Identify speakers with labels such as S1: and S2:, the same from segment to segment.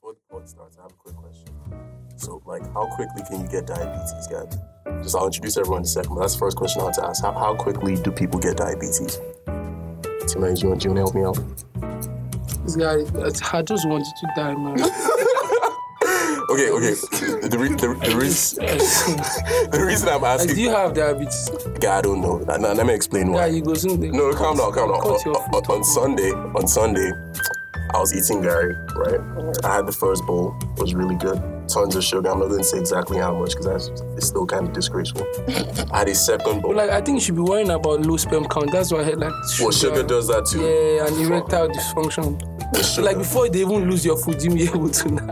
S1: What what starts? I have a quick question. So, like, how quickly can you get diabetes, guys? Just I'll introduce everyone in a second, but that's the first question I want to ask. How, how quickly do people get diabetes? T man, you want you want to help me out?
S2: This guy, I just wanted to die, man.
S1: Okay, okay. The re- the, the, reas- the reason I'm
S2: Like, do
S1: asking,
S2: you have diabetes?
S1: God, I don't know. Nah, nah, let me explain
S2: Yeah,
S1: why.
S2: you go soon.
S1: No, calm down, calm down. On,
S2: Cut your
S1: on- on Sunday, on Sunday, I was eating Gary, right? I had the first bowl, it was really good. Tons of sugar. I'm not going to say exactly how much because that's it's still kind of disgraceful. I had a second bowl.
S2: Like, I think you should be worrying about low sperm count. That's why I had like sugar.
S1: well, sugar does that too.
S2: Yeah, and erectile dysfunction.
S1: Sugar.
S2: Like before they even lose your food, you'll be able to. Now.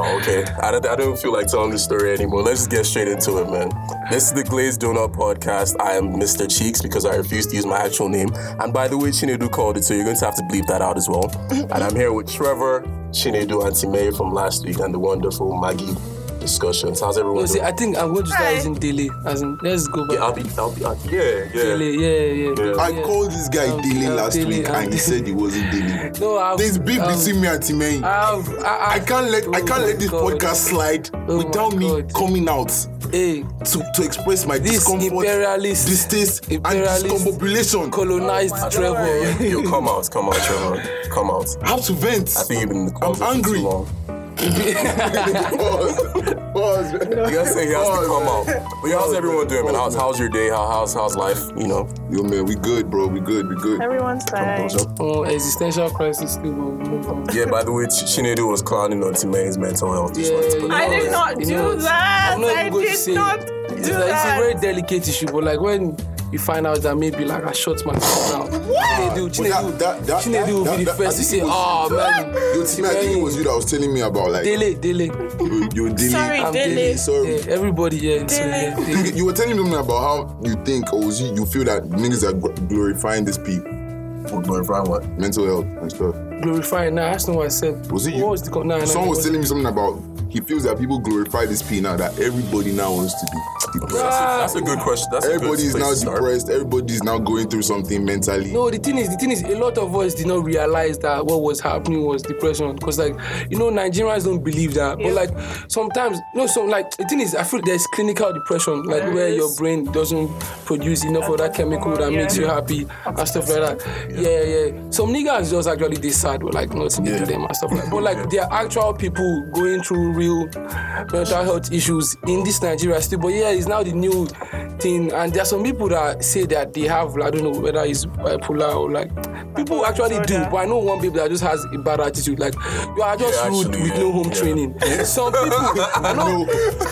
S1: Wow, okay. I don't, I don't feel like telling the story anymore. Let's just get straight into it, man. This is the Glazed Donut Podcast. I am Mr. Cheeks because I refuse to use my actual name. And by the way, Chinedu called it, so you're going to have to bleep that out as well. And I'm here with Trevor, Chinedu, and May from last week and the wonderful Maggie discussions. How's everyone
S2: No, see,
S1: doing?
S2: I think I'm going to start
S3: Hi.
S2: using daily. As in, let's go
S1: yeah,
S2: back.
S1: I'll be, I'll be, I'll- yeah, yeah.
S2: Daily, yeah, yeah.
S1: Yeah.
S4: I
S2: yeah.
S4: called this guy
S2: Um,
S4: Dele
S2: um,
S4: last
S2: Dele,
S4: week
S2: um,
S4: and he said he wasn't Dele.
S2: No, I've,
S4: There's beef
S2: I've-
S4: between me and Timei.
S2: I've, I,
S4: I can't let I
S2: Oh
S4: can't let
S2: my
S4: this
S2: God. Oh
S4: podcast slide
S2: my
S4: without me
S2: God.
S4: coming out
S2: Hey,
S4: to, to express my
S2: this
S4: discomfort,
S2: imperialist,
S4: distaste, and
S2: imperialist
S4: discombobulation.
S2: colonized Trevor.
S1: Yo, come out, come out, Trevor. Come out.
S4: I have to vent.
S1: I think you've been in the closet for
S4: angry.
S1: too long.
S4: Pause. Pause.
S1: You gotta say he has to
S4: Pause,
S1: come
S4: man.
S1: out. But yeah, how's everyone doing, man? How's, how's your day? How, how's, how's life? You know?
S4: Yo man, we good, bro. We good. We good.
S3: Everyone's fine.
S2: Oh, existential crisis still will move on.
S1: Yeah, by the way, Ch- Chinedu was clowning on Timane's mental health. Just wanted to put
S2: Yeah,
S1: that
S3: I
S1: out
S3: did
S1: there.
S3: not
S2: You
S3: do
S2: know,
S3: that.
S2: I'm not even
S3: I
S2: going to
S3: did
S2: say.
S3: not
S2: It's,
S3: do
S2: like, it's a
S3: that.
S2: very delicate issue, but like when you find out that maybe like I shot myself down, Chinedu,
S4: But that-
S2: Chinedu,
S4: that- that-
S2: Chinedu will
S4: that-
S2: be the
S4: that-
S2: first
S4: I
S2: to say,
S4: think it
S2: "Ah
S4: was-
S2: man,
S4: Yo, Timmy, I think it was you that was telling me about like yo,
S2: Dele, Dele,
S4: yo Dele.
S3: Sorry,
S2: I'm
S3: Dele.
S2: Dele."
S4: Sorry.
S2: Yeah, everybody, yeah, so, yeah,
S3: Dele.
S2: Dele.
S4: You- You were telling me about how you think or was you, you feel that niggas are gl- glorifying this P,
S1: We're glorifying what?
S4: mental health and stuff.
S2: glorifying. Nah, that's not what I said.
S4: Was it you?
S2: What was the co- nah, nah,
S4: Someone
S2: it
S4: was
S2: wasn't.
S4: telling me something about he feels that people glorify this P now that everybody now wants to be depressed.
S3: Ah,
S1: That's a good question. That's
S4: Everybody
S1: a good
S4: is now
S1: place to start.
S4: depressed. Everybody is now going through something mentally.
S2: No, the thing is, the thing is, a lot of us did not realize that what was happening was depression. Cause like, you know, Nigerians don't believe that. But
S3: Yeah.
S2: like, sometimes, no, so like, the thing is, I feel there's clinical depression, like
S3: There
S2: where your
S3: is.
S2: brain doesn't produce enough of that
S3: doesn't
S2: chemical
S3: come out,
S2: that
S3: yeah.
S2: makes you happy and stuff like that. Yeah, yeah. Some niggas just actually they sad, but like nothing to
S4: Yeah.
S2: them and stuff like. But like, there are actual people going through real mental health issues in this Nigeria still. But yeah, it's now the new thing, and there are some people that say that they have, I don't know whether it's bipolar or like. People
S3: Bipolar
S2: actually do,
S3: disorder.
S2: but I know one baby that just has a bad attitude. Like you are just
S1: Yeah,
S2: rude
S1: actually,
S2: with
S1: yeah,
S2: no home
S1: yeah.
S2: training. Some people, I know,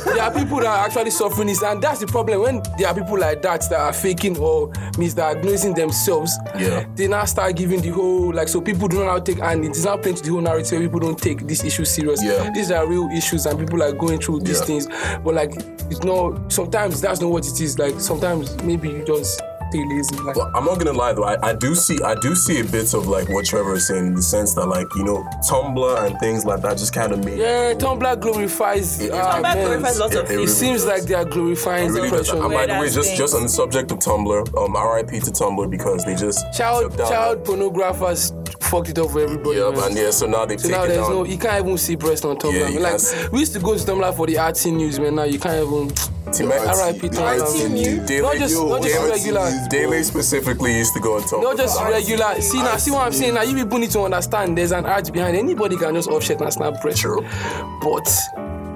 S2: there are people that are actually suffering this, and that's the problem. When there are people like that that are faking or misdiagnosing themselves,
S1: Yeah.
S2: they now start giving the whole like so people do not take and it is now playing to the whole narrative. People don't take these issues serious.
S1: Yeah.
S2: These are real issues, and people are going through these
S1: Yeah.
S2: things. But like, it's not. Sometimes that's not what it is. Like sometimes maybe you just stay lazy. Like,
S1: Well, I'm not gonna lie though, I, I do see I do see a bit of like what Trevor is saying in the sense that like, you know, Tumblr and things like that just kind of made
S2: yeah, Tumblr glorifies.
S1: It- it-
S2: ah,
S1: Tumblr
S2: men.
S3: glorifies lots of
S1: It- it
S2: It
S1: really
S3: things.
S2: seems
S1: does.
S2: like they are glorifying
S1: Really does.
S2: depression.
S1: And by the way,
S3: Weird-ass
S1: just, just on the subject of Tumblr, um, RIP to Tumblr because they just
S2: child
S1: took down
S2: child pornographers fucked it up for everybody.
S1: Yeah,
S2: man.
S1: and yeah, so now they
S2: So
S1: take
S2: now
S1: it
S2: there's
S1: down.
S2: no, you can't even see breast on Tumblr.
S1: Yeah,
S2: man.
S1: you
S2: like
S1: can't see-
S2: we used to go to Tumblr for the artsy news, man. Now you can't even.
S1: Tima-
S4: The
S2: RIP
S4: RT, the
S2: Tumblr.
S4: RT news.
S1: Daily-
S2: Not just,
S4: yo,
S2: not just
S4: yeah,
S2: regular.
S4: it's-
S1: Daily specifically used to go on Tumblr.
S2: Not just
S1: I-
S2: regular. See now, see what I'm saying. Now you people need to understand. There's an art behind. Anybody can just offset and snap breast.
S1: True.
S2: But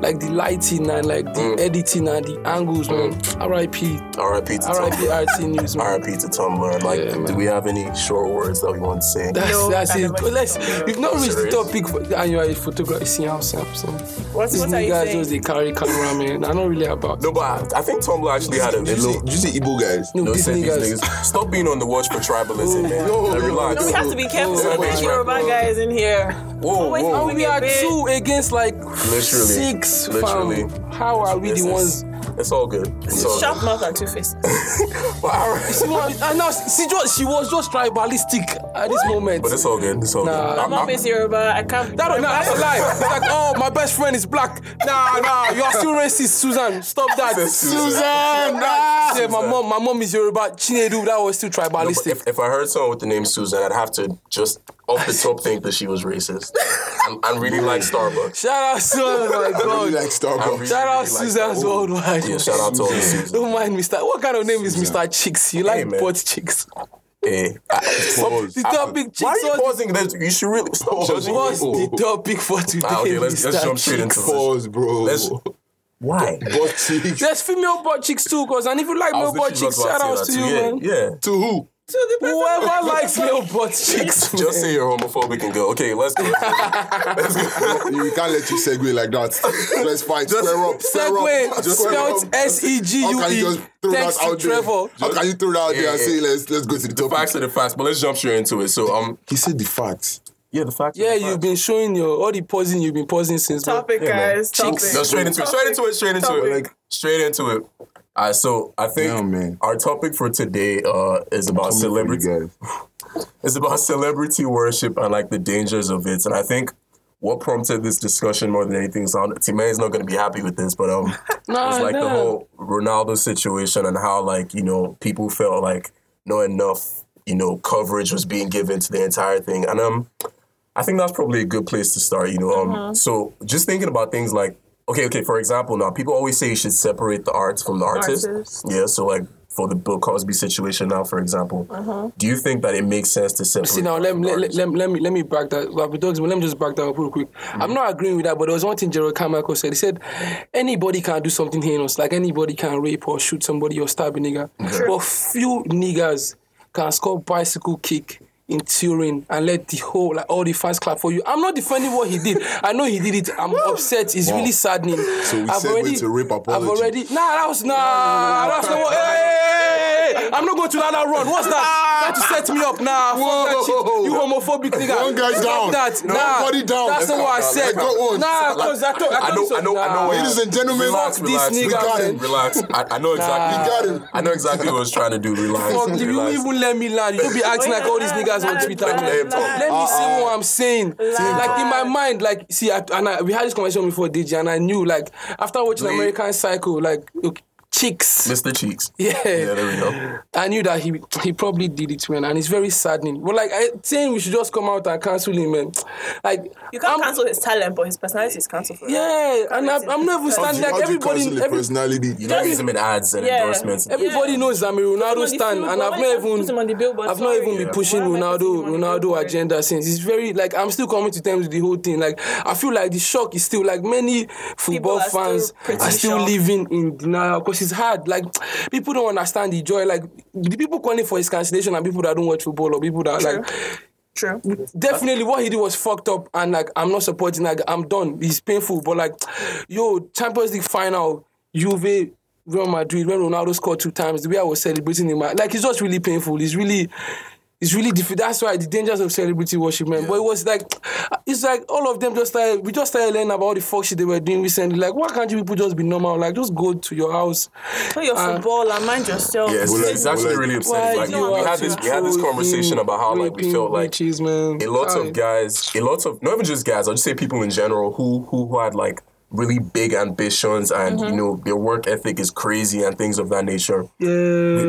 S2: like the lighting and like the
S1: Mm.
S2: editing and the angles, man. R.I.P.
S1: RIP to
S2: R.I.P.
S1: Tumblr.
S2: RT News, man.
S1: RIP to Tumblr. Like,
S2: Yeah,
S1: do
S2: man.
S1: we have any short words that we want to say?
S2: That's,
S3: No,
S2: that's
S3: I
S2: it.
S3: never
S2: But let's,
S3: saw that.
S2: you've not reached the
S1: Serious?
S2: topic for, and you are a photographer. See how I'm saying.
S3: What,
S2: These
S3: what are you
S2: niggas
S3: saying?
S2: just they carry camera, man. I'm not really about.
S1: No, but I, I think Tumblr actually had a, a
S4: Did you see-
S1: little.
S4: did you see Igbo guys?
S2: No,
S1: No,
S2: these
S1: said these
S2: niggas.
S1: niggas. Stop being on the watch for tribalism, man.
S4: Yo,
S1: Like,
S4: yo,
S1: relax.
S3: No, we have to be careful
S2: Oh,
S3: when
S1: oh,
S3: Yoruba
S2: oh.
S3: guys in here.
S1: Whoa,
S3: Always
S1: whoa.
S2: And we
S3: moving a
S2: are
S3: bit.
S2: two against like
S1: Literally.
S2: six. fam.
S1: Literally.
S2: How are we
S1: Yes,
S2: the
S1: yes.
S2: ones
S1: It's all good. It's all good.
S3: Sharp mouth and two faces.
S1: But, all right.
S2: She was, and now she, she just she was just tribalistic at this moment.
S1: But it's all good. It's all good.
S2: Nah.
S3: My
S1: I'm-
S3: mom
S1: I'm-
S3: is Yoruba. I can't.
S2: that, no, that's a lie. It's like, oh, my best friend is black. Nah, nah, you are still racist, Susan. Stop that.
S4: Susan, ah!
S2: Say, my mom, my mom is Yoruba. Chinedu, that was still
S1: But
S2: tribalistic.
S1: If, if I heard someone with the name Susan, I'd have to just off the top think that she was racist. And, and really like Starbucks.
S2: Shout out, Susan. Oh my God.
S4: Really like Starbucks.
S2: Shout
S1: Really
S2: out,
S1: like
S2: Susan's
S1: that.
S2: worldwide.
S1: Yeah, shout out to all the Susans.
S2: Don't mind, Mister. What kind of name is Mister Chicks? You like
S1: man.
S2: butt chicks?
S1: Hey, I-
S4: Pause.
S2: The topic chicks.
S1: why are you
S2: all-
S1: pausing? That you should really stop judging. me.
S2: What's the
S4: Oh.
S2: topic for today,
S1: Ah, okay, let's,
S2: Mr.
S1: let's jump straight
S2: Chicks?
S1: into this.
S4: Pause, bro.
S1: Let's- Why?
S4: Butt cheeks.
S2: There's female butt chicks too, cause and if you like
S1: I
S2: male
S1: was
S2: butt
S1: literally
S2: chicks,
S1: just about
S2: shout outs
S1: say
S2: to you,
S1: that too.
S2: man.
S1: Yeah, yeah.
S4: To who?
S3: To the person-
S2: Whoever likes male butt chicks, man.
S1: Just say you're homophobic and go. Okay, let's go. Let's go.
S4: We can't let you segue like that. Let's fight. square up. Square
S2: Segway
S4: up. Just square
S2: spelled
S4: up.
S2: S E G
S4: How
S2: U
S4: can you
S2: E.
S4: just throw
S2: Thanks
S4: that out
S2: to Trevor.
S4: there? How can you throw that out there and
S1: Yeah,
S4: say
S1: yeah.
S4: let's let's go to the
S1: The
S4: topic?
S1: facts are the facts, but let's jump straight into it. So, um,
S4: He said the facts.
S1: yeah, the facts.
S2: Yeah, you've been showing your all the pausing you've been pausing since. bro.
S3: Topic, guys. Topic.
S1: No, straight into it. Straight into it. Straight into it.
S3: Topic.
S1: Like straight into it. Uh, so I think
S4: Yeah, man.
S1: our topic for today uh, is about celebrity.
S4: You guys.
S1: It's about celebrity worship and like the dangers of it. And I think what prompted this discussion more than anything is on Timane's not going to be happy with this, but um,
S2: Nah,
S1: it's like the
S2: nah.
S1: whole Ronaldo situation and how like you know people felt like not enough you know coverage was being given to the entire thing, and um, I think that's probably a good place to start. You know, um,
S2: Uh-huh.
S1: so just thinking about things like okay, okay, for example, now people always say you should separate the arts from the artist.
S3: Artist.
S1: Yeah, so like. For the Bill Cosby situation now, for example,
S2: Uh-huh.
S1: do you think that it makes sense to separate?
S2: See now,
S1: art
S2: let,
S1: from
S2: let, let,
S1: artist?
S2: let, let me let me back that. Well, but dogs, but let me just back that up real quick.
S4: Mm-hmm.
S2: I'm not agreeing with that, but there was one thing Gerald Carmichael said. He said anybody can do something heinous, like anybody can rape or shoot somebody or stab a nigga, but few niggas can score bicycle kick. In Turin and let the whole like all the fans clap for you. I'm not defending what he did. I know he did it. I'm upset. It's really saddening. So
S4: we segue to rape
S2: I've
S4: apology.
S2: already. Nah, that was nah. That's not what. Hey, hey, hey, hey, I'm not going to let that run. What's that? Try to set me up now. Nah, fuck that shit.
S4: Whoa.
S2: You homophobic nigga.
S4: One guy
S2: Stop
S4: down.
S2: That.
S4: No,
S2: nah,
S4: nobody down.
S2: That's not what I
S4: Let's
S2: said.
S4: go on.
S2: Nah, because I thought
S1: I know, I know, I know.
S2: Nah.
S1: what-
S4: Ladies and gentlemen,
S1: relax,
S2: fuck
S1: relax,
S2: this
S1: we
S2: nigga,
S1: got him.
S2: man.
S1: Relax. I, I know exactly.
S4: We got him.
S1: I know exactly what I was trying to do. Relax.
S2: Fuck, if you
S1: relax.
S2: even let me land, you don't be acting like all these niggas on Twitter.
S3: Let
S1: him talk.
S2: Let me see what I'm saying. Like in my mind, like see, I, and I, we had this conversation before DJ, and I knew like after watching
S1: Lee.
S2: American Psycho, like okay, chicks.
S1: Mr. Cheeks.
S2: Yeah.
S1: Yeah, there we go.
S2: I knew that he he probably did it, man, and it's very saddening. But like I saying, we should just come out and cancel him, man. Like
S3: You can't
S2: I'm-
S3: cancel his talent, but his personality is cancelled for
S2: Yeah, and I'm, I'm not even
S4: How do
S2: standing
S4: you,
S2: like
S4: how do you cancel
S2: everybody.
S4: a
S2: Every,
S4: personality?
S1: You know, he's him in ads and
S3: Yeah.
S1: endorsements.
S3: Every-
S2: everybody
S3: Yeah.
S2: knows I'm a
S3: him
S2: Ronaldo
S3: on the
S2: stan,
S3: field,
S2: and
S3: but
S2: I've
S3: why
S2: not
S3: can't you
S2: even
S3: put him on the billboard?
S2: I've not
S3: Sorry.
S2: even been
S3: Yeah.
S2: pushing
S3: Why am I putting
S2: Ronaldo
S3: him on the
S2: Ronaldo
S3: billboard?
S2: agenda since. It's very like I'm still coming to terms with the whole thing. Like I feel like the shock is still like many football
S3: are still
S2: fans
S3: pretty
S2: are still
S3: shocked.
S2: living in denial because it's hard. Like people don't understand the joy. Like the people calling for his cancellation are people that don't watch football or people that
S3: True.
S2: like
S3: True.
S2: definitely what he did was fucked up and like I'm not supporting like I'm done. It's painful, but like yo, Champions League final, Juve Real Madrid, when Ronaldo scored two times, the way I was celebrating him, like it's just really painful. It's really it's really difficult. That's why the dangers of celebrity worship, man. But it was like, it's like all of them just like we just started learning about all the fuck shit they were doing recently. Like, why can't you people just be normal? Like, just go to your house.
S3: Play your
S2: Uh,
S3: football and mind yourself.
S1: Yes,
S4: Well, like-
S1: it's actually
S4: well, like-
S1: really
S2: Why
S1: upsetting. Like,
S3: you
S1: we
S3: are
S1: had this, we had this
S2: throwing
S1: conversation about how like we
S2: raping
S1: felt like
S2: bitches, man.
S1: a lot
S2: Aye.
S1: of guys, a lot of not even just guys, I'll just say people in general who who, who had like really big ambitions and you know their work ethic is crazy and things of that nature.
S2: Yeah.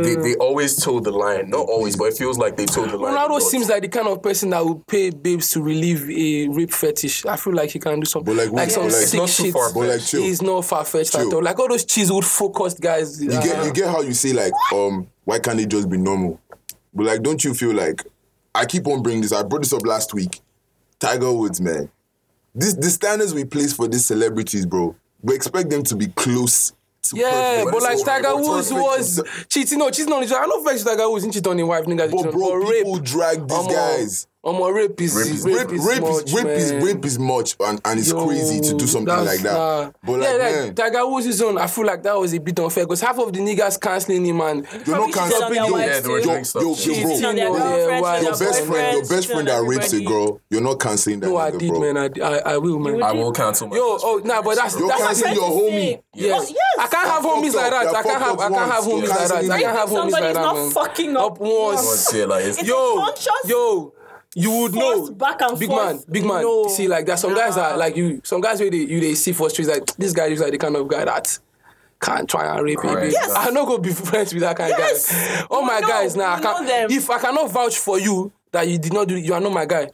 S1: They, they always told the line, not always, but it feels like they told the line. a
S2: Ronaldo
S1: lot.
S2: seems like the kind of person that would pay babes to relieve a rape fetish. I feel like he can do something.
S4: But like what-
S2: some
S4: but like- It's
S2: sick
S1: not too
S2: shit.
S1: far, but
S4: like chill.
S2: He's not far fetched at
S4: Chill.
S2: all. Like all those chiseled, focused guys. Uh,
S4: You get you get how you say like um why can't it just be normal? But like don't you feel like I keep on bringing this. I brought this up last week. Tiger Woods, man. This the standards we place for these celebrities, bro. We expect them to be close. To
S2: Yeah,
S4: perfect.
S2: but like
S4: So-
S2: Tiger Woods
S4: perfect.
S2: was cheating. No, cheating on his wife. I know vex Tiger Woods didn't cheat on his wife, nigga.
S4: But bro, people
S2: rape.
S4: drag these
S2: Omo,
S4: guys.
S2: Omo, rape is
S4: Rape is
S2: rape
S4: rape,
S2: is
S4: rape,
S2: much,
S4: is, rape, is,
S2: man.
S4: rape is much and, and it's
S2: Yo,
S4: crazy to do something
S2: that's,
S4: like that.
S2: nah.
S4: but
S2: yeah,
S4: like,
S2: like
S4: man,
S2: Tiger Woods' own, I feel like that was a bit unfair because half of the niggas canceling him and
S4: you're
S3: Probably
S4: not
S3: cheated on
S4: canceling
S3: their
S4: yo,
S3: wives
S1: Yeah, they were
S4: yo,
S1: doing
S4: yo,
S1: stuff.
S4: yo,
S1: Cheated
S4: bro.
S3: Cheating on their
S2: Yeah,
S3: girlfriends,
S2: why-
S3: their
S4: Your best friend, your
S3: boyfriends,
S4: best friend
S3: cheating
S4: that
S3: on
S4: rapes a
S3: everybody.
S4: girl, you're not canceling that
S2: no, I
S4: nigga,
S2: did,
S4: bro.
S2: man. I, I, I will, man.
S1: I will cancel my
S2: Yo,
S1: best
S2: oh,
S1: friend.
S2: nah, but that's
S4: Yo,
S2: that's
S4: cancel
S2: actually-
S4: your homie.
S2: Yes.
S3: Oh, yes.
S2: I can't have
S4: They're
S2: homies like
S4: fucked up.
S2: that. I
S4: They're
S2: can't have
S4: fucked
S2: I
S4: up
S2: can't have
S4: once.
S2: homies like that. I
S4: Canceling
S2: can't have homies like
S3: Somebody's
S2: that.
S3: not
S2: man.
S3: fucking up
S2: up once.
S3: once.
S1: Yeah, like, it's-
S3: It's a
S2: yo,
S3: conscious-
S2: yo, you would know.
S3: Forced back and
S2: big
S3: forth.
S2: man, big man.
S3: No.
S2: See, like that. Some guys are like you. Some guys where they you they see for streets like this guy is like the kind of guy that can't try and rape
S1: Correct.
S2: you.
S1: Yes.
S2: I not go be friends with that kind
S3: Yes.
S2: of guy. All
S3: You
S2: my
S3: know,
S2: guys now.
S3: you
S2: I
S3: know
S2: can't.
S3: them.
S2: If I cannot vouch for you that you did not do, you are not my guy.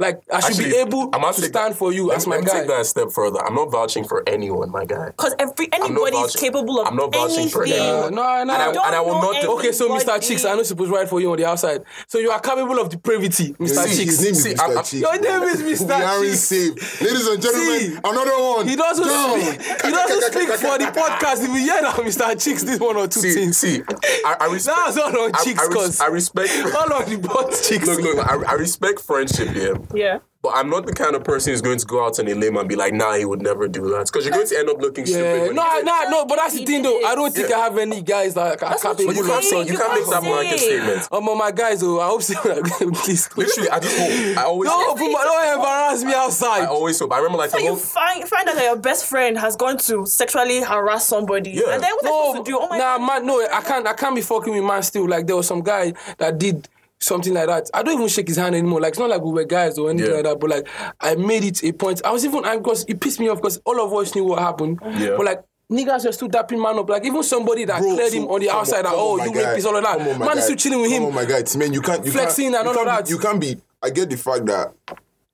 S2: Like I should be
S1: Actually,
S2: able
S1: I'm
S2: to
S1: actually-
S2: stand for you
S1: let
S2: as
S1: me-
S2: my
S1: let me
S2: guy.
S1: Take that a step further. I'm not vouching for anyone, my guy.
S3: Because every
S1: not
S3: anybody is
S1: vouching-
S3: capable of
S1: I'm not vouching
S3: anything.
S1: for them.
S2: Uh, no, no.
S1: And I-
S2: no.
S1: don't and I will not
S3: know
S2: Okay, so Mr.
S3: anybody.
S2: Cheeks, I know supposed to write for you on the outside. So you are capable of depravity, Mr.
S4: See,
S2: Cheeks.
S4: His name is
S1: See, I'm- I'm-
S4: Mr. Cheeks.
S2: Your
S4: bro.
S2: name is
S4: We
S2: Mr.
S4: aren't
S2: Cheeks.
S4: safe. Ladies and gentlemen,
S2: See,
S4: another one.
S2: He doesn't
S4: Down.
S2: speak. He doesn't speak for the podcast. If you hear now, Mr. Cheeks, this one or two
S1: See,
S2: things.
S1: see, I, I respect.
S2: That was all on
S1: I-
S2: Cheeks,
S1: I, res-
S2: cause
S1: I respect.
S2: all on the butt cheeks.
S1: look, look, I, I respect friendship here,
S3: Yeah.
S1: but I'm not the kind of person who's going to go out on a limb and be like, nah, he would never do that. Because you're going to end up looking stupid.
S2: yeah,
S1: when
S2: no,
S1: you
S2: I-
S1: get-
S2: no, eh, no. But that's the
S3: He
S2: thing, though. I
S3: did.
S2: don't think I have any guys that are
S3: what
S2: capable.
S1: But you
S3: You
S1: can't say,
S3: can't
S1: you can't make
S3: say.
S1: that blanket statement.
S2: Um, my guys, oh, I hope so. please, please.
S1: Literally, I just hope. I always,
S2: Don't,
S1: hope.
S2: open my- don't embarrass me
S1: I
S2: outside.
S1: always hope. I remember like
S3: So
S1: the
S3: you
S1: whole.
S3: find find out that your best friend has gone to sexually harass somebody,
S1: Yeah.
S3: and then what are you supposed to do? Oh my
S2: nah,
S3: god!
S2: man, no, I can't. I can't be fucking with man still. Like there was some guy that did something like that. I don't even shake his hand anymore. Like it's not like we were guys or anything
S1: Yeah.
S2: like that. But like I made it a point. I was even I because it pissed me off because all of us knew what happened.
S1: Yeah.
S2: But like. Niggas were still dapping man up. Like even somebody that
S4: Bro,
S2: cleared
S4: so-
S2: him on the
S4: come
S2: outside, that
S4: come
S2: oh
S4: my
S2: you
S4: guy.
S2: rapist all of that.
S4: Come on, my
S2: Man is
S4: guy.
S2: still chilling with
S4: Come
S2: him.
S4: on, my guy. It's- Man, you can't you
S2: Flexing
S4: can't,
S2: and all
S4: you
S2: of
S4: can't be-
S2: that.
S4: You can't be. I get the fact that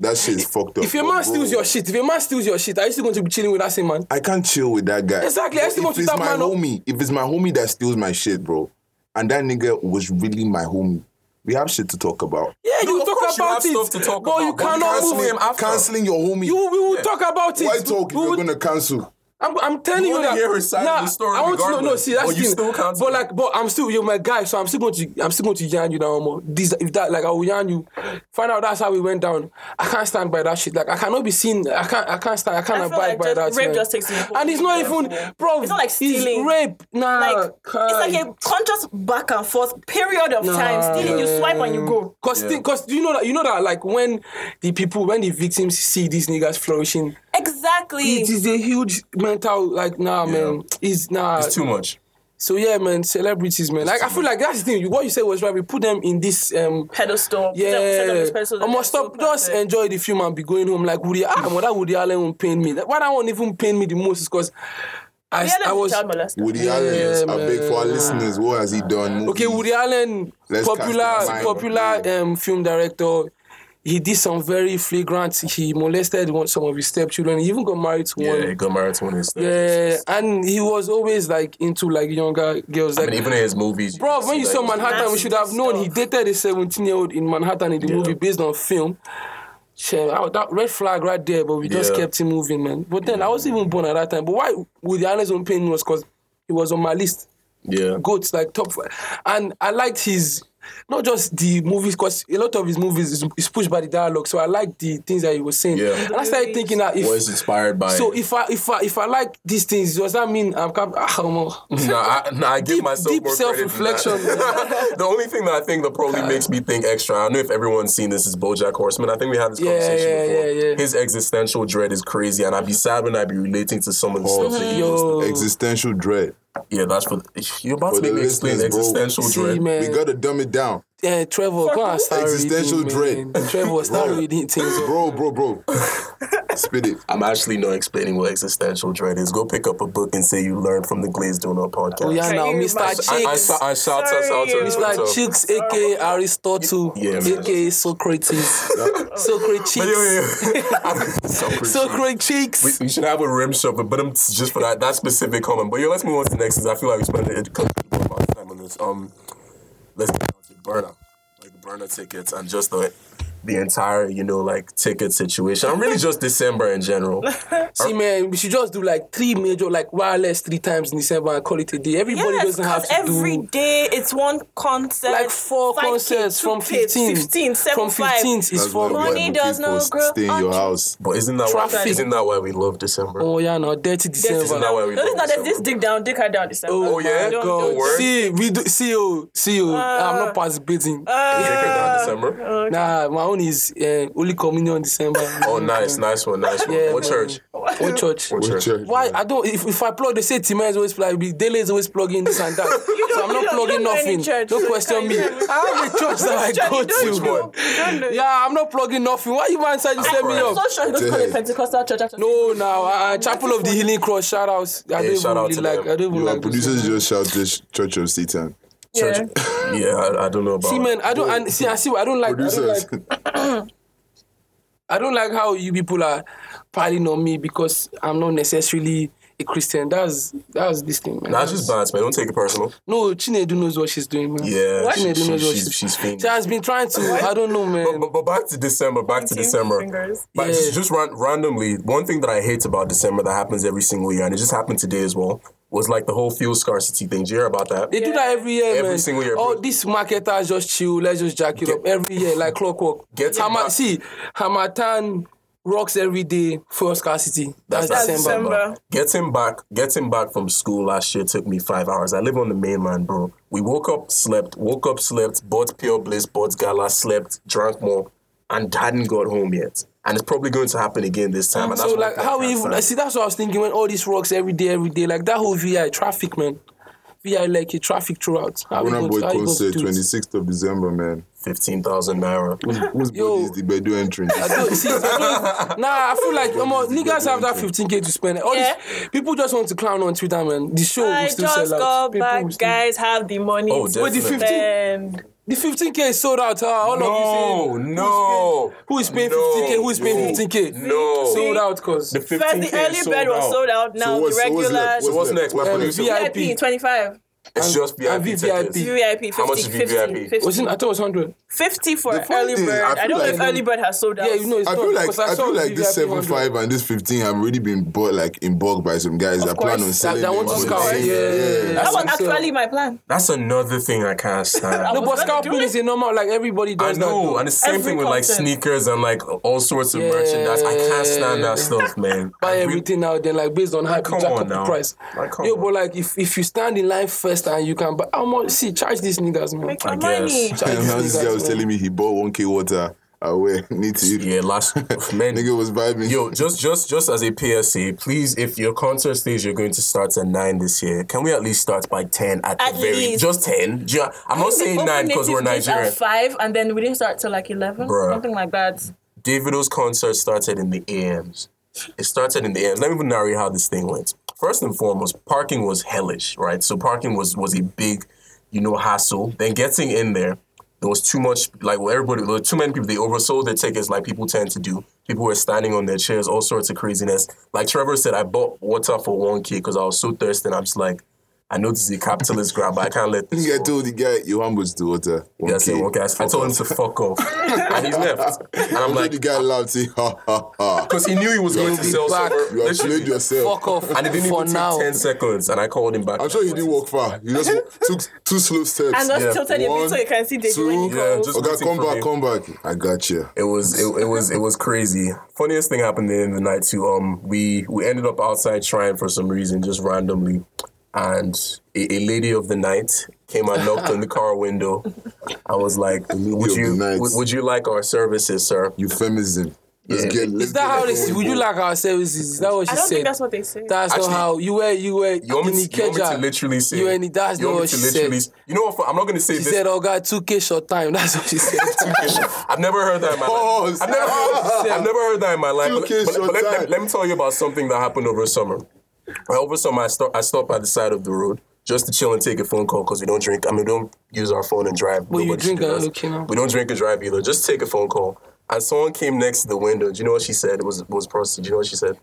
S4: that shit is fucked up.
S2: if a
S4: but
S2: man
S4: bro,
S2: steals your shit, if a man steals your shit, are you still going to be chilling with that same man?
S4: I can't chill with that guy.
S2: Exactly, I
S4: But
S2: still want
S4: if
S2: to
S4: it's
S2: tap
S4: my
S2: man up.
S4: homie, if it's my homie that steals my shit, bro, and that nigga was really my homie, we have shit to talk about.
S2: Yeah,
S1: No,
S2: you
S1: of
S2: talk
S1: course you have
S2: about it,
S1: stuff to talk
S2: but you
S1: about, but you
S2: cannot
S1: can't
S2: move
S1: say-
S2: him.
S4: Canceling,
S1: after.
S4: canceling your homie.
S2: You, we will
S1: Yeah.
S2: talk about it.
S4: Why talk if
S2: We
S4: you're
S2: will-
S4: gonna cancel?
S2: I'm, I'm telling
S1: You
S2: you,
S1: wanna
S2: that.
S1: hear his side of the story
S2: I want to know. No,
S1: regardless,
S2: see, that's
S1: but
S2: the
S1: you
S2: thing.
S1: still can't
S2: But
S1: do
S2: like, but I'm still you're my guy, so I'm still going to I'm still going to yarn you down more. This if that like I will yarn you. Find out that's how we went down. I can't stand by that shit. Like I cannot be seen. I can't. I can't stand. I can't
S3: I feel
S2: abide
S3: like
S2: by
S3: just-
S2: that.
S3: rape
S2: man.
S3: just takes me home.
S2: And it's not
S3: Yeah.
S2: even, bro.
S3: It's not like stealing.
S2: rape. Nah.
S3: Like it's like a conscious back and forth period of time. Stealing, you swipe and you go.
S2: Cause, thi- cause you know that you know that like when the people when the victims see these niggas flourishing,
S3: Exactly.
S2: it is a huge mental like nah man, it's nah
S1: It's too much.
S2: So yeah, man, celebrities, man. Like I feel like that's the thing. What you said was right. We put them in this. um
S3: pedestal. Put them- put them on
S2: yeah,
S3: this pedestal
S2: I
S3: that
S2: must
S3: they're so
S2: stop. Just
S3: perfect.
S2: enjoy the film and be going home. Like Woody, ah, well, that Woody Allen won't pain me. Like, Why that one even pain me the most is because I,
S3: The
S2: I
S3: other is
S2: was
S3: child molester.
S4: Woody Allen, is- I
S2: man.
S4: beg for our listeners, what has he done?
S2: okay.
S4: Movies.
S2: Woody Allen,
S4: Let's cast his
S2: popular
S4: mind.
S2: popular um, film director. He did some very flagrant. He molested one some of his stepchildren. He even got married to
S1: Yeah,
S2: one.
S1: got married to one of his
S2: Yeah, and he was always like into like younger girls. Like
S1: I mean, even in his movies.
S2: Bro,
S1: can
S2: when
S1: see
S2: you
S1: that
S2: saw
S1: he's-
S2: Manhattan, we should have known he dated a 17 year old in Manhattan in the
S1: Yeah.
S2: movie based on film. Shit, I- that red flag right there, but we just
S1: Yeah.
S2: kept him moving, man. But then I wasn't even born at that time. But why Woody Allen's own pain was because he was on my list.
S1: Yeah.
S2: Goats, like top five. And I liked his, not just the movies, because a lot of his movies is, is pushed by the dialogue. So I liked the things that he was saying.
S1: Yeah.
S2: And I started thinking that if.
S1: Was inspired by.
S2: so if I if I if I like these things, does that mean I'm cap- ah, omo.
S1: Nah, I, nah, I give
S2: Deep-
S1: myself
S2: deep
S1: more credit than that.
S2: self-reflection.
S1: the only thing that I think that probably makes me think extra, I don't know if everyone's seen this, is BoJack Horseman. I think we had this
S2: Yeah,
S1: conversation
S2: yeah,
S1: before.
S2: yeah, yeah.
S1: His existential dread is crazy, and I'd be sad when I'd be relating to some of the stuff. that he goes through.
S2: Yo,
S4: Existential dread.
S1: Yeah, that's for you're about
S4: For
S1: to make
S4: the
S1: me explain
S4: listeners, bro.
S1: existential
S2: See,
S1: dread.
S2: man.
S4: We gotta dumb it down.
S2: Yeah, Trevor, go and start
S4: Existential
S2: reading, man.
S4: dread.
S2: Trevor, start
S4: Bro.
S2: reading things. oh.
S4: Bro, bro, bro. Spit it.
S1: I'm actually not explaining what existential dread is. Go pick up a book and say you learned from the Glazed Donut podcast.
S2: Oh, yeah,
S3: Can
S2: now,
S3: you
S2: Mr.
S3: imagine?
S2: Chicks.
S1: I, I, sa- I shout us out to
S3: Sorry,
S2: Mr.
S1: Twitter.
S2: Chicks, aka Aristotle,
S1: Yeah, man.
S2: aka Socrates. Socrates.
S1: But anyway, so crazy.
S2: Socrates.
S1: We, we should have a rim shot, but, but um, just for that that specific comment. But yo, let's move on to the next. 'cause I feel like we spent a considerable amount of time on this. Um, let's get on to burner, like burner tickets, and just the the entire, you know, like ticket situation. And really just December in general.
S2: See, man, we should just do like three major, like wireless three times in December and call it a day. Everybody
S3: Yes,
S2: doesn't have
S3: 'cause
S2: to
S3: every
S2: do
S3: day it's one concert.
S2: like four
S3: five
S2: concerts
S3: kids, two
S2: from
S3: kids,
S2: 15.
S3: 16,
S2: from
S3: 7,
S2: 15
S3: 5.
S2: is four.
S3: Money does not grow
S4: Stay in
S3: on
S4: your
S3: trees.
S4: house.
S1: But isn't that why
S2: Traffic.
S1: isn't that why we love December?
S2: Oh, yeah, no, dirty
S1: Isn't
S2: December.
S1: that why we
S3: No, this
S1: love
S3: is not there's
S1: December?
S3: this dig down, dig her down. December.
S2: Oh,
S1: yeah?
S3: Don't-
S1: Go
S3: don't-
S1: work.
S2: See, we do. See you, see you. I'm
S3: Uh,
S2: not participating.
S1: Is it down December?
S2: nah, my own is uh, Holy Communion December.
S1: oh, nice, nice one, nice one.
S2: Yeah,
S1: what
S2: man.
S1: church?
S2: What church?
S1: What
S4: Go
S1: church?
S4: church,
S2: Why
S4: man.
S2: I don't if, if I plug they say Tima is always plugging Dele is always plugging this and that. so I'm
S3: don't- you
S2: not
S3: don't- you
S2: plugging
S3: don't know any
S2: nothing.
S3: church.
S2: Don't question
S3: Can't
S2: me. I
S3: even-
S2: have a church that I
S3: Don't-
S2: go
S3: you don't
S2: to.
S3: know. You don't know.
S2: Yeah, I'm not plugging nothing. Why you man trying to set me
S1: Alright.
S2: up?
S3: I'm so sure you don't call it Pentecostal church after
S2: No, now uh, Chapel of the Healing Cross shout outs. I
S1: Yeah, shout
S2: don't even
S1: out
S2: really
S1: to
S2: like.
S1: them.
S2: I don't even
S4: Our
S2: like.
S4: producers
S2: this.
S4: just shout this Church of Satan.
S1: Church? Yeah, I, I don't know about.
S2: See, man, I don't. And see, I see. I don't like. I don't like
S4: Producers.
S2: I don't like how you people are piling on me because I'm not necessarily a Christian. That's that's this thing, man.
S1: Nah, she's bad, man. Don't take it personal.
S2: No, Chinedu knows what she's doing, man.
S1: Yeah, What? she-
S2: Chinedu
S1: she-
S2: knows what
S1: she's-
S2: she's
S1: she's fiend.
S2: She has been trying to. I don't know,
S1: But,
S2: man.
S1: but, but back to December, back to
S3: Pointing
S1: December.
S3: fingers.
S1: But
S2: Yeah.
S1: just ran, randomly, one thing that I hate about December that happens every single year, and it just happened today as well, was like the whole fuel scarcity thing. Did you hear about that?
S2: They do that every year,
S1: Every
S2: man.
S1: single year,
S2: Oh,
S1: bro.
S2: these marketers just chill. Let's just jack it up every year, like clockwork.
S1: Get it
S2: Hama,
S1: back.
S2: see, Hamatan rocks every day for scarcity. That's,
S1: not
S2: December.
S3: December.
S1: Getting back, getting back from school last year took me five hours. I live on the mainland, bro. We woke up, slept, woke up, slept, bought Pure Bliss, bought Gala, slept, drank more, and hadn't got home yet. And it's probably going to happen again this time. And that's
S2: So
S1: one
S2: like,
S1: thing I
S2: how we
S1: can't
S2: even?
S1: stand.
S2: See, that's what I was thinking when all these rocks every day, every day, like that whole VI traffic, man. VI like a traffic throughout. How we
S4: Burna
S2: going to-
S4: Boy
S2: how you going to
S4: concert,
S2: do it?
S4: 26th of December, man.
S1: fifteen thousand naira?
S4: Who's
S2: Yo.
S4: is the Bedu entrance?
S2: I don't- see, I don't- nah, I feel like omo, niggas have that 15k to spend. All
S3: Yeah.
S2: these people just want to clown on Twitter, man. The show
S3: I
S2: will
S3: just
S2: still sell out.
S3: got
S2: People
S3: back.
S2: will still-
S3: Guys have the money.
S1: Oh,
S3: to
S1: definitely.
S2: What, the 15?
S3: spend.
S2: The 15k is sold out. huh? all of you saying
S1: No, no.
S2: who is paying
S1: No,
S2: 15k? Who is paying
S1: no,
S2: 15k?
S1: No.
S2: sold out, cause
S1: The
S3: First,
S1: 15K
S3: the early
S1: is
S3: bird was sold out.
S4: So
S3: Now
S4: what's-
S3: the
S4: so what's
S3: regular
S4: left?
S1: So what's next? What's
S2: Um,
S1: next?
S2: VIP.
S3: VIP 25,
S1: It's just VIP.
S2: and
S1: tickets.
S2: VIP.
S3: VIP 50,
S1: How much is
S3: 50,
S1: VIP?
S3: 50.
S2: was it? I thought it was 100.
S3: 50 for
S4: The
S3: early
S4: point is,
S3: bird.
S4: I
S3: I,
S4: feel
S3: don't know
S4: like-
S3: if early bird has sold out.
S2: Yeah, you know it's
S4: I
S2: not
S4: feel like
S2: because I,
S4: I
S2: saw
S4: feel like this
S2: VIP
S4: seven
S2: 100.
S4: five and this fifteen have already been bought like in bulk by some guys that plan on
S3: course.
S4: selling
S2: That- that
S4: them
S2: want to
S4: for
S2: scout,
S4: insane-
S2: yeah, yeah, yeah.
S3: that
S2: That's
S3: was
S2: what I'm
S3: actually
S2: saying.
S3: my plan.
S1: That's another thing I can't stand.
S2: No, but
S3: was gonna do
S2: scalping
S3: it.
S2: is a normal. Like everybody
S1: I
S2: does that.
S1: know,
S2: though.
S1: and the same
S3: Every
S1: thing with like
S3: content.
S1: sneakers and like all sorts of merchandise. I can't stand that stuff, man.
S2: buy
S1: I re-
S2: everything now then like based on hype you
S1: come
S2: jack
S1: on
S2: up the
S1: now.
S2: price
S1: Like, come
S2: yo
S1: on.
S2: but like if, if you stand in line first and you can buy how much see charge these niggas man
S3: Make your
S1: guess.
S3: money.
S2: charge
S4: And
S2: these
S4: now this guy
S2: niggas,
S4: was
S2: man.
S4: telling me he bought one k water. I wear need to.
S1: Yeah, last man.
S4: Nigga was vibing.
S1: Yo, just just just as a PSA, please, if your concert stage you're going to start at nine this year, can we at least start by ten at,
S3: At
S1: the very
S3: least.
S1: just ten? Ju- I'm not saying
S3: Open
S1: nine because
S3: native
S1: we're
S3: days at
S1: Nigerian.
S3: five, and then we didn't start till like eleven,
S1: Bruh.
S3: something like that.
S1: Davido's concert started in the AMs. It started in the AMs. Let me narrate how this thing went. First and foremost, parking was hellish, right? So parking was was a big, you know, hassle. Then getting in there, there was too much, like well, everybody, there were too many people. They oversold their tickets, like people tend to do. People were standing on their chairs, all sorts of craziness. Like Trevor said, I bought water for one kid because I was so thirsty, and I'm just like, I know this is a capitalist grab, but I can't let this.
S4: I
S1: go.
S4: told the guy, yo, how much the water? One
S1: Yeah, I said, okay, I I told him to fuck off, and he left. And I'm
S4: I'm
S1: like,
S4: the guy laughed. Say, ha ha ha.
S1: because he knew he was going to
S2: be
S1: sell
S2: back.
S1: somewhere.
S4: You have
S1: Literally.
S4: played yourself.
S2: fuck off
S1: And it didn't
S2: for
S1: even
S2: now
S1: take 10 seconds, and I called him back.
S4: I'm sure you didn't walk far. You just took two slow steps.
S3: And just
S1: Yeah.
S3: tilted a bit so you can see the
S4: Two,
S1: Yeah, just
S4: okay,
S1: waiting
S4: come
S1: for
S4: back,
S1: you.
S4: come back. I got you.
S1: It was it, it was it was crazy. Funniest thing happened in the night too. Um, we we ended up outside trying for some reason, just randomly, and a, a lady of the night came and knocked on the car window. I was like, "Would
S4: of the
S1: you
S4: night.
S1: would, would you like our services, sir?"
S4: Euphemism. Let's
S1: Yeah.
S4: get. Let's
S2: is that
S4: get
S2: how they
S4: going,
S2: see would you
S4: bro.
S2: like our services is that what
S3: I
S2: she
S3: don't think
S2: said
S3: that's what they say.
S2: that's not
S1: Actually,
S2: how you were you were
S1: You want,
S2: in
S1: me to, you want me to
S2: Ikeja.
S1: literally say?
S2: you were in that's
S1: you
S2: not
S1: want me
S2: what
S1: to
S2: she
S1: literally
S2: said
S1: s- You know what? I'm not going to say
S2: she
S1: this.
S2: said oh god 2k short time that's what she said
S1: I've never heard that in my life.
S4: Pause.
S1: I've never, I've never heard that in my life.
S4: Two
S1: But,
S4: kids,
S1: but- but
S4: your
S1: let, let-
S4: time.
S1: let me tell you about something that happened over summer. Uh, Over summer, I, stop, I stopped by the side of the road just to chill and take a phone call because we don't drink. I mean, we don't use our phone and drive.
S2: you
S1: Nobody
S2: drink
S1: should do
S2: and
S1: that.
S2: okay now.
S1: We don't drink and drive either. Just take a phone call. And someone came next to the window. Do you know what she said? It was, it was Prosty. Do you know what she said?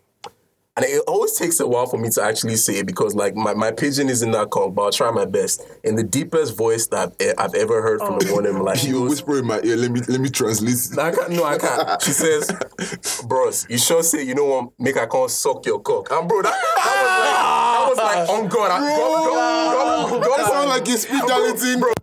S1: And it always takes a while for me to actually say it because, like, my, my pigeon is in that comp, but I'll try my best. In the deepest voice that I've, e-, I've ever heard from a woman, like,
S4: Oh. You whisper in my ear, let me let me translate.
S1: I can't, no, I can't. She says, bros, you sure say you don't want make I can't suck your cock. And bro, that, that was like, that was like, on God, I, God, God, God,
S4: That sound
S1: God,
S4: like you speak dialecting.
S1: bro.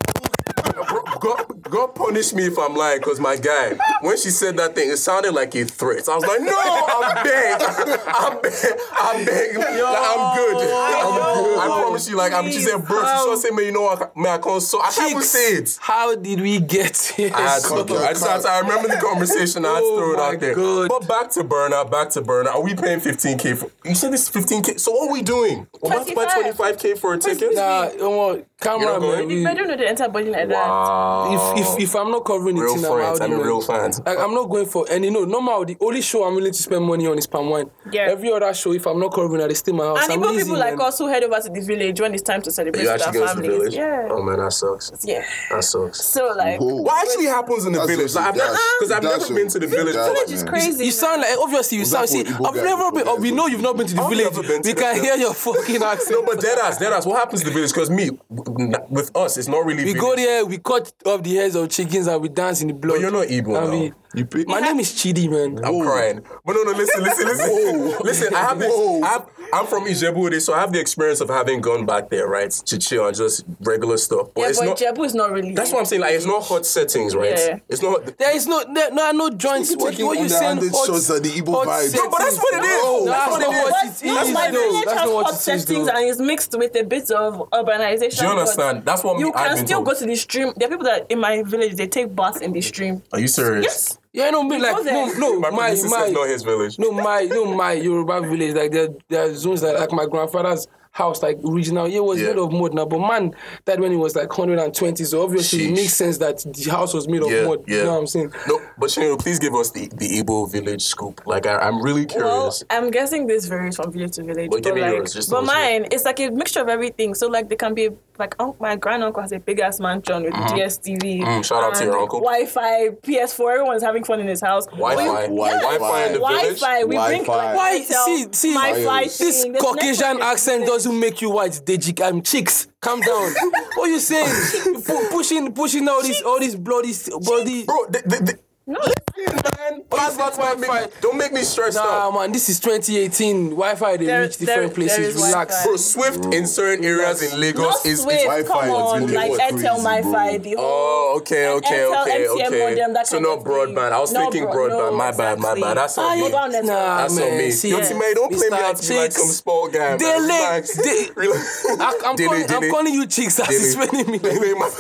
S1: bro, God, God punish me if I'm lying, cause my guy, when she said that thing, it sounded like a threat. I was like, no, I'm big, I'm big, I'm big, like, I'm good, I'm good. I promise you, like, I'm, she said, bro, she sure say, man, you know, I, ca- man, I can't suck. I can't even
S2: Cheeks.
S1: say it.
S2: How did we get here?
S1: I had to
S2: So-
S1: look it up. I just had to- I remember the conversation I had
S2: Oh
S1: thrown
S2: my
S1: out there.
S2: God.
S1: But back to burnout, back to burnout. Are we paying 15k for you said this is 15k? So what are we doing? We're about to buy
S3: 25.
S1: 25k for a ticket?
S2: Nah, um, camera
S1: You're not going?
S2: man. we-
S3: I don't know the entire body like
S1: Wow.
S2: If, if if I'm not covering it,
S1: Oh. real
S2: in, I'm
S1: friends,
S2: out.
S1: I mean
S2: man.
S1: real fans.
S2: Like I'm not going for any. No, normal. The only show I'm willing to spend money on is palm wine.
S3: Yeah.
S2: Every other show, if I'm not covering, it, I stay in my house.
S3: that.
S2: I'm
S3: And even
S2: lazy,
S3: people like
S2: man.
S3: us who head over to the village when it's time to celebrate
S1: You
S3: with our
S1: actually go to the
S3: families.
S1: village?
S3: Yeah.
S1: Oh man, that sucks.
S3: Yeah.
S1: That sucks.
S3: So like
S4: Whoa.
S1: What actually happens in the
S4: That's
S1: village?
S4: what
S1: Like, I've
S4: she
S1: never,
S4: does.
S1: because I've
S4: That's
S1: never
S4: what-
S1: been to the
S4: that's
S1: village.
S4: what-
S3: village is
S4: man.
S3: crazy.
S2: You sound like obviously you
S4: Was
S2: sound.
S4: that
S2: See,
S4: for Igbo
S2: I've
S4: guy?
S2: never
S4: Igbo
S2: been.
S4: guy
S2: Or we
S4: is
S2: know
S4: what-
S2: you've not been to the
S1: I've
S2: village.
S1: never been to
S2: We
S1: the
S2: can
S1: village.
S2: hear your fucking accent.
S1: But dead ass, dead ass. What happens in the village? Because me, w- n- with us, it's not really.
S2: We
S1: village.
S2: go there, we cut off the heads of chickens and we dance in the blood.
S1: But you're not Igbo
S2: And
S1: now.
S2: we-
S4: You pay-
S2: my name is Chidi, man.
S1: I'm crying. But no, no, listen, listen, listen. Listen, I have
S4: Whoa.
S1: this. I have, I'm from Ijebuode, so I have the experience of having gone back there, right? To chill and just regular stuff. But
S3: yeah,
S1: it's
S3: but
S1: not.
S3: Jebu is not really.
S1: that's what I'm saying. Like, it's not hot settings, right?
S3: Yeah.
S1: It's not. No,
S2: There is no there, no no joints.
S4: Taking
S2: What, what you saying?
S4: underhanded shots at the Igbo
S2: hot
S4: vibe.
S2: settings.
S4: No,
S1: but that's what it is.
S2: No,
S1: That's
S2: that's
S1: what it
S2: not
S1: is.
S2: what it
S3: But
S2: is.
S3: no, my
S2: though.
S3: village
S2: That's
S3: has
S2: not
S3: hot
S2: what it is.
S3: settings
S2: though.
S3: and it's mixed with a bit of urbanization.
S1: Do you understand?
S3: but
S1: That's what
S3: you
S1: me- I've
S3: can
S1: been
S3: still
S1: told.
S3: go to the stream. There are people that in my village they take baths in the stream.
S1: Are you serious?
S3: Yes.
S2: Yeah, no, me like no,
S3: go there.
S2: no,
S1: My,
S2: my
S1: producer said
S2: my
S1: not his village.
S2: no my no my Yoruba village like there there are zones that like my grandfather's house like original it was
S1: Yeah.
S2: made of mud now but man that when it was like 120 so obviously it
S1: Sheesh.
S2: makes sense that the house was made of
S1: Yeah,
S2: mud
S1: yeah.
S2: you know what I'm saying
S1: No, but you know, please give us the the Igbo village scoop. Like, I, I'm really
S3: Well,
S1: curious.
S3: I'm guessing this varies from village to village.
S1: Well, give me
S3: like,
S1: yours, just
S3: but
S1: tell us yours.
S3: mine, it's like a mixture of everything. So like, they can be like, un- my grand uncle has a big ass mansion with DSTV.
S1: Mm, shout out to your
S3: and
S1: uncle.
S3: Wi-Fi, PS4, everyone's having fun in his house.
S1: Wi-Fi,
S4: Wi- Yes.
S1: Wi-Fi in the village.
S3: Wi-Fi, we bring
S4: Wi-Fi.
S3: like,
S2: Why-
S3: Airtel,
S2: see- see,
S3: Wi-Fi
S4: this
S2: this
S3: thing, there's
S2: Caucasian
S3: Netflix,
S2: accent
S3: there's-
S2: doesn't make you white Deji I'm chicks calm down what you saying Pu- pushing pushing all these all these bloody bloody
S1: Bro, the, the,
S3: No,
S1: the, that's not why I make- Don't make me stressed out.
S2: nah man this is 2018 Wi-Fi they
S3: There-
S2: reach
S3: there-
S2: different
S3: there
S2: places
S3: is
S2: relax
S3: Wi-Fi.
S1: Bro, Swift in certain areas in Lagos
S3: not
S1: is,
S3: Swift,
S1: is
S4: Wi-Fi
S3: come
S4: has
S3: on,
S4: been
S3: like
S4: really
S3: Airtel
S4: crazy,
S3: Wi-Fi,
S4: bro.
S3: the whole
S1: Oh, okay,
S3: and
S1: okay,
S3: Airtel,
S1: okay,
S3: MTN
S1: okay.
S3: modem, that
S1: so
S3: kind
S1: not
S3: of thing.
S1: broadband. I was
S3: No
S1: thinking
S3: bro-
S1: broadband.
S3: no,
S1: my bad, my
S3: exactly.
S1: bad. That's on me.
S3: Mobile network.
S2: Nah,
S1: That's on
S2: man,
S1: me.
S2: see,
S1: Yo,
S2: yeah.
S1: Timay, don't play me
S2: Mr.
S1: out to be like
S2: Chicks.
S1: some small guy. man.
S2: Dele-
S1: Relax.
S2: De-
S1: Relax.
S2: I, I'm,
S1: Dele,
S2: calling, I'm
S1: Dele.
S2: calling you chicks as it's
S1: Dele.
S2: spending me.
S1: Dele, my-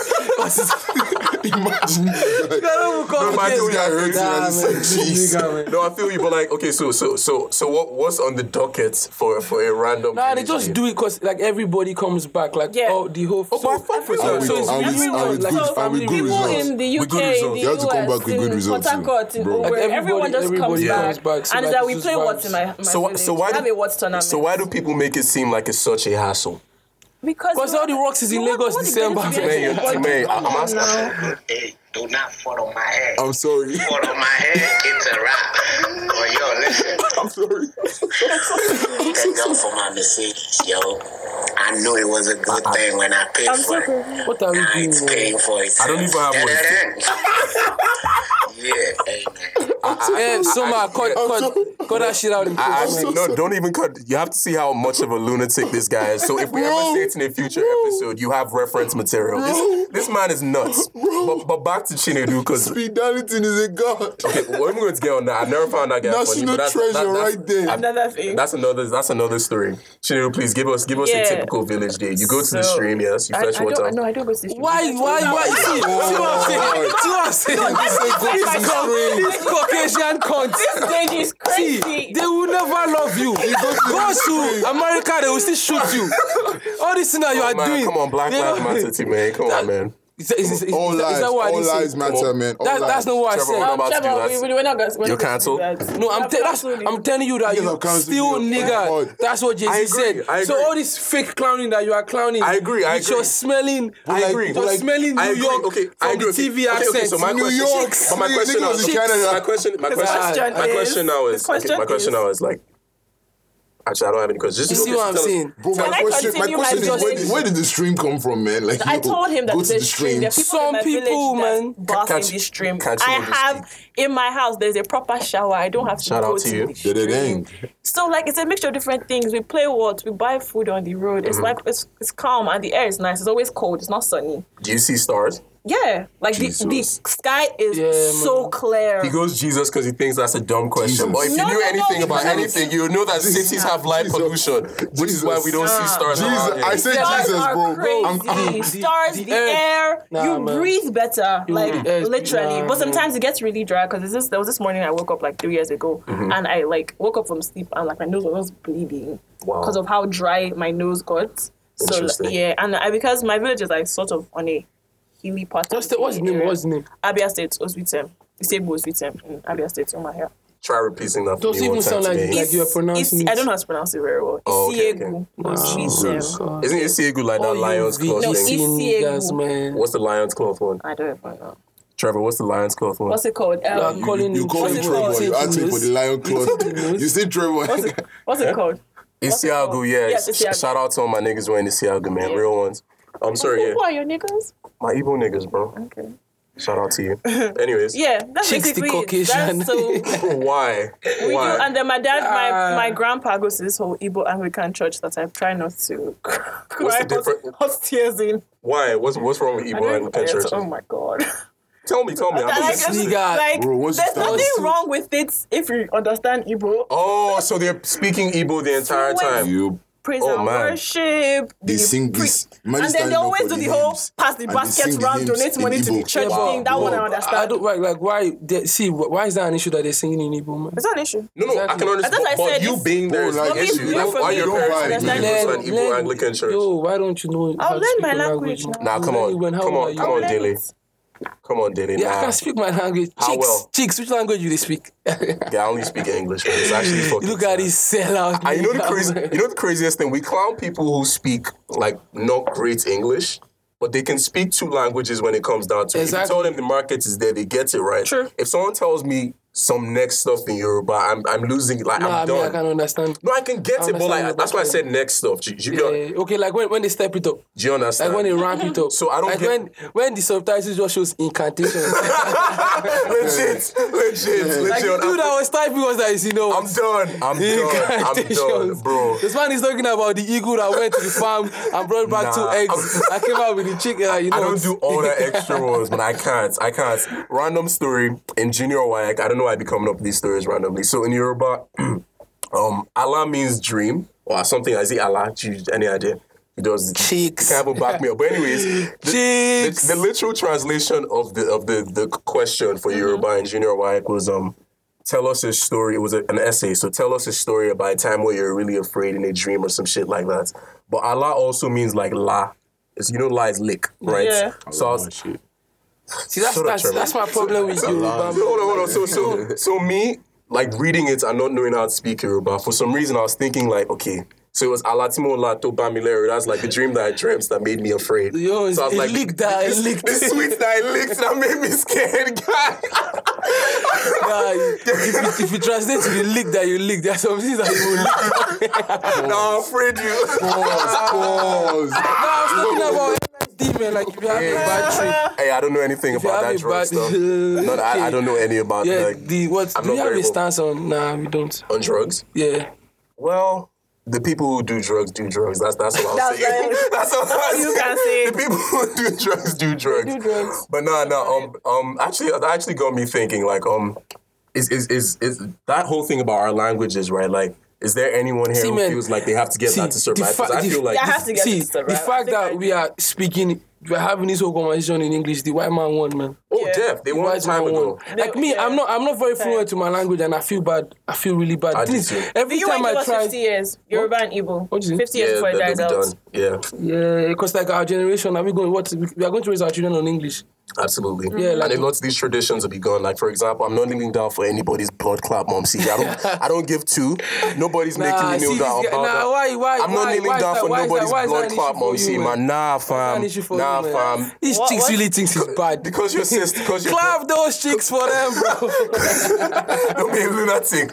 S4: Imagine that.
S1: No, my dude, I heard you
S2: Nah,
S1: and said
S2: man.
S1: cheese.
S2: You got me.
S1: No, I feel you, but like, okay, so so so so what what's on the docket for for a random?
S2: Nah, they
S1: village
S2: just
S1: meeting?
S2: do it because like everybody comes back, like
S3: Yeah.
S2: all the whole.
S1: Oh, but I fuck with
S2: so,
S1: that.
S2: so it's
S4: And with-
S2: really
S4: and with
S2: like
S4: good-
S2: so
S4: and with
S2: family.
S4: good
S2: people-
S3: People
S4: results.
S3: in the
S1: With
S3: UK,
S1: good
S3: in
S1: results.
S3: the
S4: You have
S3: US,
S4: to come back with
S3: in
S4: good results
S3: Port Harcourt,
S4: too,
S3: in
S4: bro.
S3: Owerri,
S4: Like,
S2: everybody-
S3: everyone just
S2: everybody comes
S3: comes back.
S2: back, so
S3: and
S2: like,
S3: that
S2: it's
S3: we
S2: just
S3: play
S2: vibes.
S3: what's in my, my
S1: So why
S3: village.
S1: so why
S3: we have
S1: do-
S3: a what's tournament.
S1: so why do people make it seem like it's such a hassle?
S3: Because
S2: 'Cause
S3: you
S2: all the
S3: want-
S2: rocks is in
S3: you want-
S2: Lagos
S3: you want
S2: December.
S3: the
S1: Timay,
S3: village
S1: you're-
S3: to be
S1: Timay,
S3: like,
S1: I'm
S3: come on
S1: asking.
S3: now.
S5: Hey, do not fall on my head.
S4: I'm sorry.
S5: Fall on my head, it's a wrap. But yo, listen,
S4: I'm sorry.
S5: thank y'all for my message, yo. I knew it was a good
S1: Uh-uh.
S5: thing when I paid
S3: I'm
S5: for
S3: so
S5: it.
S3: confused.
S2: What are we
S5: Now
S2: doing?
S5: it's
S2: man?
S5: paying for itself.
S1: I don't even have one.
S5: yeah, amen.
S2: Eh,
S1: I-
S2: Soma,
S1: I-
S2: cut, cut, cut that shit out. in
S1: I
S2: post,
S1: actually,
S2: man.
S1: no, don't even cut. You have to see how much of a lunatic this guy is. So if we ever say it in a future episode, you have reference material. This, this man is nuts. But, but back to Chinedu, because
S4: Pete Darlington is a god.
S1: okay, well, I'm going to get on that. I've never found that guy funny.
S4: National
S1: but that's-
S4: treasure
S1: that- that's-
S4: right there.
S1: I've-
S3: Another thing.
S1: That's another. That's another story. Chinedu, please give us give us a
S3: Yeah.
S1: typical village day. You go to the
S3: So,
S1: stream, yes. You
S3: I, I
S1: fetch water.
S3: don't, no, I don't go to the stream.
S2: Why, why, why? See, see what I'm saying? See what I'm saying? This Cau- This Caucasian cunt.
S3: This stage is
S2: See,
S3: crazy.
S2: they will never love you. Go to America, they will still shoot you. All this thing that you are
S1: Man,
S2: doing.
S1: come on, Black
S2: they
S1: Lives
S2: don't-
S1: Matter, team, man. Come on, man.
S2: Is, that- is, is, is,
S4: All
S2: that- is
S4: lives,
S2: that what I
S4: all
S2: didn't say?
S4: lives matter, man. All
S2: That,
S4: lives.
S2: that's not what I
S1: Trevor,
S2: said.
S1: we're not about to do
S3: Um, Trevor,
S1: that.
S3: we, we, we're not going to
S1: You're cancelled?
S2: No, I'm, te- that's, I'm telling you that
S4: Niggas
S2: you
S4: have cancelled
S2: still
S4: you. Oh my
S2: nigga.
S4: God.
S2: That's what
S1: I
S2: Jay Z
S1: agree,
S2: said.
S1: I
S2: So
S1: agree.
S2: all this fake clowning that you are clowning,
S1: I agree, I
S2: with your
S1: agree.
S2: smelling,
S1: I
S2: like,
S1: agree.
S2: Your
S1: But like,
S2: smelling New
S1: I agree.
S2: York
S1: Okay,
S2: from
S1: I agree.
S2: the TV
S1: okay,
S2: accent,
S1: Okay, so my
S2: New
S1: question,
S2: York.
S1: But my
S4: New
S1: question, now
S4: York
S1: is,
S4: is Canada.
S1: my question, my question,
S2: question
S1: my
S3: is-
S1: question now
S3: the
S1: is, okay,
S3: question
S1: my question
S3: is-
S1: now is like, Actually, I don't have any questions. Just
S2: You see what I'm
S1: tell us-
S2: saying?
S4: Bro,
S3: Can
S4: my
S3: I
S4: question, my
S3: continue my
S4: question is, where
S3: journey?
S4: did, where did the stream come from, man? Like,
S3: I
S4: you know,
S3: told him that
S4: go
S3: there's
S4: to
S3: a
S4: the
S3: stream.
S4: stream.
S3: There are people
S2: Some
S3: in my
S2: people,
S3: village
S2: man,
S3: that bath
S1: catch-
S3: in the stream.
S1: catch
S3: I
S1: you with the
S3: have in my house. There's a proper shower. I don't have to
S1: Shout
S3: go
S1: out to you.
S3: the
S4: Yeah, they
S3: stream.
S4: dang.
S3: So like it's a mixture of different things. We play what we buy food on the road. It's like it's, it's calm and the air is nice. It's always cold. It's not sunny.
S1: Do you see stars?
S3: Yeah, like the, the
S1: Jesus.
S3: sky is
S2: Yeah,
S3: so
S2: man.
S3: clear.
S1: He goes Jesus because he thinks that's a dumb question.
S4: Jesus.
S1: But if you
S3: No,
S1: knew
S3: no, no,
S1: anything
S3: we
S1: about
S3: don't.
S1: anything, you know that cities have light
S4: Jesus.
S1: pollution, which is why we don't see
S3: Jesus.
S1: stars. around
S4: Jesus,
S1: here.
S4: I say
S3: Stars
S4: Jesus,
S3: are
S4: bro.
S3: Crazy.
S4: I'm, I'm,
S2: the-
S3: Stars,
S2: the
S3: the,
S2: air.
S3: air,
S2: Nah,
S3: you
S2: man.
S3: breathe better, like
S2: air is-
S3: literally.
S2: nah, man.
S3: but sometimes it gets really dry because this there was this morning I woke up like three years ago and I like woke up from sleep and like my nose was bleeding
S1: Wow.
S3: because of how dry my nose got. So like,
S1: Interesting.
S3: yeah, and I, because my village is like sort of on a hilly part. of
S2: What's the, what's the name?
S3: area.
S2: What's the name?
S3: Abia State, Oswitem. It's a Oswitem in Abia State, on my hair.
S1: Try repeating that. For
S2: Doesn't
S1: me one
S2: even
S1: time
S2: sound like
S1: today.
S2: this. you are pronouncing
S3: it's- I
S2: it.
S3: don't know how to pronounce it very well.
S1: Oh, okay, okay.
S3: Isiegu.
S2: Jesus.
S3: Oswitem.
S2: God.
S1: Isn't Isigu like
S2: All
S1: that
S2: you
S1: lion's claw
S3: No,
S2: VGC
S1: thing?
S2: niggas,
S3: it's- Isiegu.
S2: man.
S1: What's the lion's claw one?
S3: I don't even know.
S1: Trevor, what's the lion's claw one?
S3: What's it called? Um,
S2: You are calling
S4: you
S2: him
S4: call
S3: What's
S4: me
S3: it
S4: Trevor.
S3: called?
S4: You asked me for the lion claw. You see Trevor.
S3: What's it, what's it called?
S1: Isiagu, yeah.
S3: Yes, Isiagu.
S1: Shout out to all my niggas wearing Isiagu, man.
S3: Yeah.
S1: Real ones. I'm sorry, yeah.
S3: Who are your niggas?
S1: My Igbo niggas, bro.
S3: Okay.
S1: Shout out to you. Anyways.
S3: Yeah, that's
S2: Chicks the
S3: basically it.
S2: Caucasian.
S3: That's so we
S1: Why?
S3: do.
S1: Why?
S3: And then my dad,
S2: Ah.
S3: my my grandpa goes to this whole Igbo Anglican church that I try not to cry
S1: What's the
S3: hot-
S1: difference?
S3: hot tears in.
S1: Why? What's what's wrong with
S3: I
S1: Igbo
S3: don't
S1: Anglican
S3: forget.
S1: churches?
S3: Oh my god.
S1: Tell me, tell me. I'm
S3: like,
S1: listening.
S2: it's- Nigga.
S3: like,
S4: Bro, once you
S3: there's
S4: start-
S3: nothing wrong with it if you understand Igbo.
S1: Oh, so they're speaking Igbo the entire
S3: Fluent.
S1: time.
S4: You
S3: Praise
S1: oh,
S3: and
S1: man.
S3: worship.
S4: They
S3: the
S4: sing
S3: pre-
S4: this.
S3: And then they always do the whole pass the basket round, donate money to the church
S2: Wow.
S3: thing. That one I
S2: Bro,
S3: understand.
S2: I don't like like why. They, see, wh- why is that an issue that they're singing in Igbo, man?
S3: It's not an issue.
S1: No, no, I
S2: Exactly.
S1: can understand.
S3: That's why I
S1: But
S3: said
S1: you
S3: it's-
S1: being there is
S4: Bro,
S1: an
S4: like,
S3: it's
S1: issue.
S3: weird
S1: That's
S3: for
S1: why
S3: me
S1: your
S3: to
S1: parents
S3: understand.
S1: moved you
S2: Learn-
S1: to an Igbo
S2: learn-
S1: Anglican church.
S2: Yo, why don't you know?
S3: I'll
S2: how to
S3: learn
S2: speak
S3: my
S2: your
S3: language now.
S1: Nah,
S2: You
S1: come
S2: learn
S1: on.
S2: it when- how
S1: Come
S2: old
S1: on,
S2: are you?
S1: come
S3: I'll
S1: on,
S3: learn
S1: Dele.
S3: it.
S1: Come on, Dele.
S2: Yeah, I
S1: Nah.
S2: can speak my language.
S1: How
S2: Chicks,
S1: Ah, well?
S2: chicks, which language do they speak?
S1: Yeah, I only speak English. man. It's actually fucking.
S2: Look
S1: sad.
S2: at this sellout.
S1: And Ah, you know the
S2: nigga,
S1: crazy,
S2: man.
S1: you know the craziest thing? We clown people who speak like not great English, but they can speak two languages when it comes down to it. If you tell
S2: Exactly.
S1: them the market is there, they get it right.
S3: True.
S1: If someone tells me some next stuff in Yoruba, I'm I'm losing like
S2: Nah, I
S1: I'm
S2: mean,
S1: done.
S2: I can understand.
S1: no, I can get it, but
S2: understand
S1: like
S2: what
S1: that's why I
S2: you're
S1: said next stuff. Do, do you, get-
S2: Yeah, Eh, okay, like when, when they step it up,
S1: do you understand?
S2: like when they ramp it up.
S1: Uh, So I don't
S2: like
S1: get-
S2: when when the subtitles just shows incantation.
S1: legit, legit, legit.
S2: like the dude I was typing was like, you know,
S1: I'm done. I'm done. I'm done,
S2: incantations.
S1: bro.
S2: This man is talking about the eagle that went to the farm and brought back
S1: Nah.
S2: two eggs. I came out with the chicken. Like, you know,
S1: I don't do all that extra ones, but I can't. I can't. Random story in junior WAC, I don't know why I be coming up with these stories randomly. So in Yoruba, um, Allah means dream or something. Is it Allah? Do you- Any idea? He does.
S2: Cheeks.
S1: Can't even back me up. But anyways, the,
S2: Cheeks.
S1: the, the literal translation of the of the the question for Yoruba in junior WAC was um. Tell us a story. It was a, an essay. So tell us a story about a time where you're really afraid in a dream or some shit like that. But Allah also means like la. It's, you know, la is lick, right?
S3: Yeah.
S2: Oh,
S1: So I was,
S2: See, that's
S1: Shut up,
S2: that's,
S1: Trevor.
S2: that's my problem with Yoruba.
S1: so hold on, hold on. So, so, so me, like reading it and not knowing how to speak Yoruba, for some reason I was thinking like, okay, so it was Alatimo Lato Bamilero. That's like the dream that I dreamt that made me afraid.
S2: Yo, it's
S1: so I was
S2: it
S1: like,
S2: leaked that, it leaked
S1: the sweet that I licked that made me scared, guy.
S2: that. If, you- if you translate to the leak that you leak, there are some things that you will leak.
S1: now I'm afraid you.
S4: Pause, pause.
S2: No, I was talking about NSD, man. Like, if you have a bad trip,
S1: hey, I don't know anything
S2: you
S1: about
S2: have
S1: that
S2: a
S1: drug
S2: bad-
S1: stuff. No, I, I don't know any about
S2: yeah,
S1: like
S2: the what?
S1: I'm
S2: do
S1: not
S2: we have
S1: very
S2: a
S1: well-
S2: stance on? Nah, we don't.
S1: on drugs.
S2: Yeah.
S1: Well, the people who do drugs do drugs. That's that's what I'm
S3: That's
S1: saying.
S3: right.
S1: that's what I'm
S3: You
S1: saying.
S3: can say.
S1: The people who do drugs do drugs.
S3: do drugs.
S1: But no, no. Um, um. Actually, that actually got me thinking. Like, um, is is is is that whole thing about our languages, right? Like, is there anyone here
S2: See,
S1: who
S2: man,
S1: feels like they have to get
S2: see,
S1: that to survive?
S2: the fa-
S1: Because I
S2: the-
S1: feel like
S3: Yeah, I have to get
S2: See,
S3: this to
S2: the
S3: survive.
S2: fact
S3: I think
S2: that
S3: I
S2: we are speaking, we are having this whole conversation in English. The white man won, man.
S1: oh,
S3: yeah.
S1: deaf. They
S2: The
S1: won a
S2: white
S1: time
S2: man
S1: ago.
S2: won. Like me,
S3: yeah.
S2: I'm not, I'm not very fluent
S3: Right.
S2: to my language, and I feel bad. I feel really bad.
S1: I do
S2: Things-
S1: too.
S3: The
S2: every
S3: UN
S2: time
S3: gave
S2: I
S3: us
S2: try,
S3: 50 years, Yoruba and Igbo.
S2: What is it?
S3: 50 years
S1: Yeah,
S3: before it
S1: that,
S3: dies
S1: they'll be
S3: out.
S1: done. Yeah.
S2: yeah, because like our generation, are we going? What we are going to raise our children on English?
S1: Absolutely.
S2: Yeah, like-
S1: and a lot of these traditions will be gone. Like for example, I'm not kneeling down for anybody's blood clap, mom. See, I don't, I don't give two. Nobody's making
S2: Nah,
S1: me
S2: Ah, see
S1: kneel
S2: this
S1: down.
S2: guy-
S1: about
S2: nah,
S1: that.
S2: why- why-
S1: I'm not
S2: why-
S1: kneeling
S2: why is
S1: down
S2: that-
S1: for
S2: why is that-
S1: nobody's
S2: why is that
S1: blood
S2: an
S1: clap,
S2: issue
S1: mom.
S2: for you,
S1: See,
S2: man?
S1: man, nah,
S2: an
S1: fam,
S2: issue for
S1: nah,
S2: you, man?
S1: fam.
S2: These
S3: What-
S2: chicks
S3: what-
S2: really thinks it's bad.
S1: Because your sister, because your
S2: Clap those chicks for them, bro.
S1: Don't be a lunatic.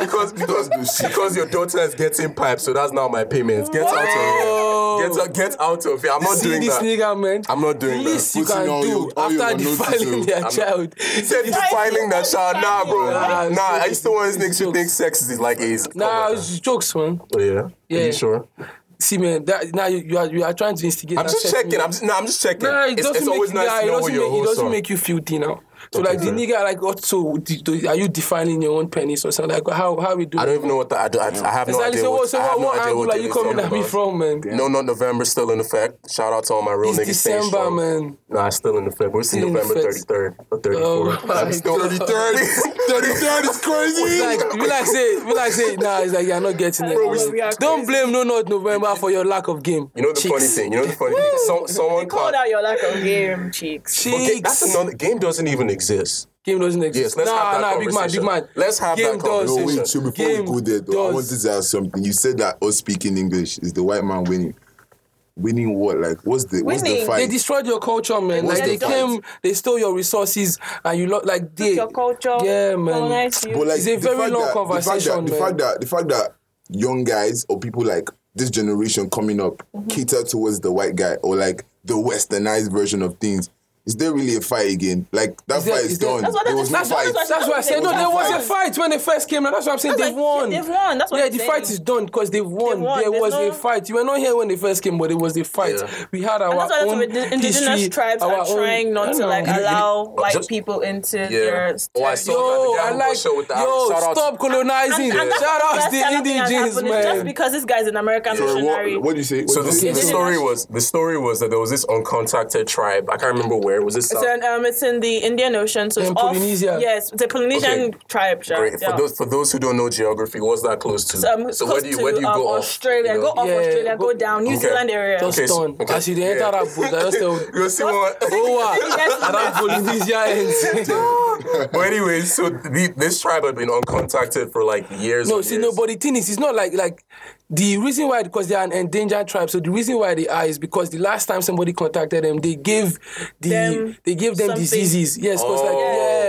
S1: because because because your daughter is getting piped, so that's now my payment. Get out
S2: Whoa.
S1: of here. Get out, get out of here. I'm not
S2: See
S1: doing
S2: this
S1: that.
S2: nigga, man.
S1: I'm not doing that.
S2: least you
S4: Putting
S2: can
S4: all
S2: do
S4: your- all your
S2: after
S4: notices
S2: defiling
S4: in.
S2: their
S1: not-
S2: child.
S1: Said defiling that child, nah, bro.
S2: Nah,
S1: Nah, I used to want niggas to
S2: jokes.
S1: think sex is like is.
S2: Nah,
S1: Come on.
S2: it's jokes, man.
S1: Oh, yeah. Are
S2: Yeah.
S1: you sure?
S2: See, man, that now you, you are you are trying to instigate.
S1: I'm
S2: that
S1: just
S2: sex,
S1: checking.
S2: man.
S1: I'm just, nah, I'm just checking.
S2: Nah, it
S1: it's,
S2: doesn't
S1: it's always nice
S2: make,
S1: to
S2: yeah, it
S1: know
S2: doesn't,
S1: what your
S2: make, it
S1: hosts
S2: doesn't
S1: are.
S2: make you filthy now. So
S1: Okay,
S2: like the
S1: fair.
S2: nigga like also do, do- are you defining your own penis or something like how how we do?
S1: I don't even know what the, I, do, I, I have no
S2: exactly.
S1: idea.
S2: so
S1: what,
S2: what, so
S1: I have
S2: what,
S1: no
S2: what
S1: idea
S2: angle
S1: what
S2: are you
S1: this
S2: coming
S1: is
S2: at me
S1: about.
S2: from, man?
S1: No, not November, still in effect. Shout out to all my real
S2: It's
S1: niggas. staying
S2: December,
S1: strong.
S2: man.
S1: Nah, it's still in effect. We're still
S2: in
S1: November
S2: effect.
S1: 33rd or 34th.
S2: Oh my
S1: I'm still
S2: God.
S1: 33rd.
S4: 33rd is crazy.
S2: Like we like say we like say nah, it's like you're not getting it.
S3: we- we are
S2: Don't blame no not November for your lack of game.
S1: You know the funny
S2: Cheeks.
S1: thing? You know the funny thing? Some, someone
S3: Call
S1: called.
S3: out your lack of game, cheeks.
S1: But
S2: Cheeks.
S1: ga- that's another game doesn't even exist.
S2: Game doesn't
S1: Yes,
S2: exist.
S1: let's
S2: nah,
S1: have that
S2: nah, big man, big
S1: conversation.
S2: man.
S1: Let's have
S2: game
S1: that
S2: does
S4: No,
S1: conversation.
S4: wait, so before
S2: Game
S4: we go there, though, I
S2: does.
S4: wanted to ask something. You said that us speaking English is the white man winning. Winning what? Like, what's the what's the
S3: Winning.
S2: They
S4: fight?
S2: destroyed your culture, man.
S4: What's
S2: like they
S4: the fight?
S2: came, they stole your resources, and you lot like they.
S3: Your culture.
S2: Yeah, man.
S3: colonize you.
S4: but like,
S2: It's a
S4: the
S2: very
S4: fact
S2: long
S4: that-
S2: conversation,
S4: The fact, that, the fact that the fact that young guys or people like this generation coming up
S2: Mm-hmm.
S4: cater towards the white guy or like the westernized version of things. Is there really a fight again? Like that
S2: there-
S4: fight is,
S2: is there-
S4: done.
S2: That's
S3: what-
S4: there was no
S3: that's what-
S4: fight.
S3: that's what-
S2: That's why I said no. There was a fight when they first came. out. That's why I'm saying
S3: That's
S2: they've
S3: like,
S2: won.
S3: they've won, that's what
S2: yeah,
S3: I'm
S2: the
S3: saying.
S2: fight is done because they've won.
S3: They've won,
S2: There
S3: there's
S2: was
S3: no-
S2: a fight. You were not here when they first came, but there was a fight.
S1: Yeah.
S2: We had
S3: And
S2: our
S3: that's why
S2: own
S3: that's what the indigenous
S2: history,
S3: tribes
S2: our
S3: are
S2: own-
S3: trying
S2: I
S3: not to
S2: know.
S3: like
S1: You- you-
S3: allow
S1: oh,
S3: white
S1: just-
S3: people into
S1: Yeah.
S3: their
S1: Oh, I
S3: stereotypes.
S1: saw
S2: Yo,
S1: that. The guy
S2: I
S1: who
S2: like
S1: got shot with the
S2: yo.
S1: arrow. Shout out-
S2: Stop colonizing.
S3: And, and that's
S2: Shout
S3: the
S2: out
S3: best
S2: to the
S3: kind of thing that's
S2: indigennes,
S3: happening, Just
S2: man.
S3: because this guy's an American
S4: So
S3: missionary.
S4: what, what do you say? What
S1: So
S4: do you
S1: this,
S4: say?
S1: the story was the story was that there was this uncontacted tribe. I can't remember where. Was this
S3: It's
S1: South-
S3: in, um, it's in the Indian Ocean, so it's
S2: In
S3: off-
S2: Polynesia.
S3: Yes, it's a Polynesian
S1: Okay.
S3: tribe. Sure.
S1: Great.
S3: yeah.
S1: For those for those who don't know geography, what's that close to?
S3: um,
S1: so where
S3: close
S1: do you where do you
S3: to, um,
S1: go off?
S3: Australia.
S1: you know?
S3: Go off
S2: Yeah,
S3: Australia,
S2: go-
S3: go down, New
S1: Okay.
S3: Zealand area.
S2: Just
S1: Okay, so-
S2: done.
S1: okay.
S2: As you dey enter
S1: Yeah.
S2: that boat, I just tell.
S1: You see what?
S2: Over
S3: Yes,
S2: and that Polynesia ends.
S1: but anyway, so the, this tribe had been uncontacted for like years.
S2: No,
S1: and
S2: see,
S1: years.
S2: no, but the thing is, it's not like like the reason why because they are an endangered tribe. So the reason why they are is because the last time somebody contacted them, they gave the
S3: Them
S2: they gave them
S3: something.
S2: diseases. Yes, because
S1: Oh.
S2: like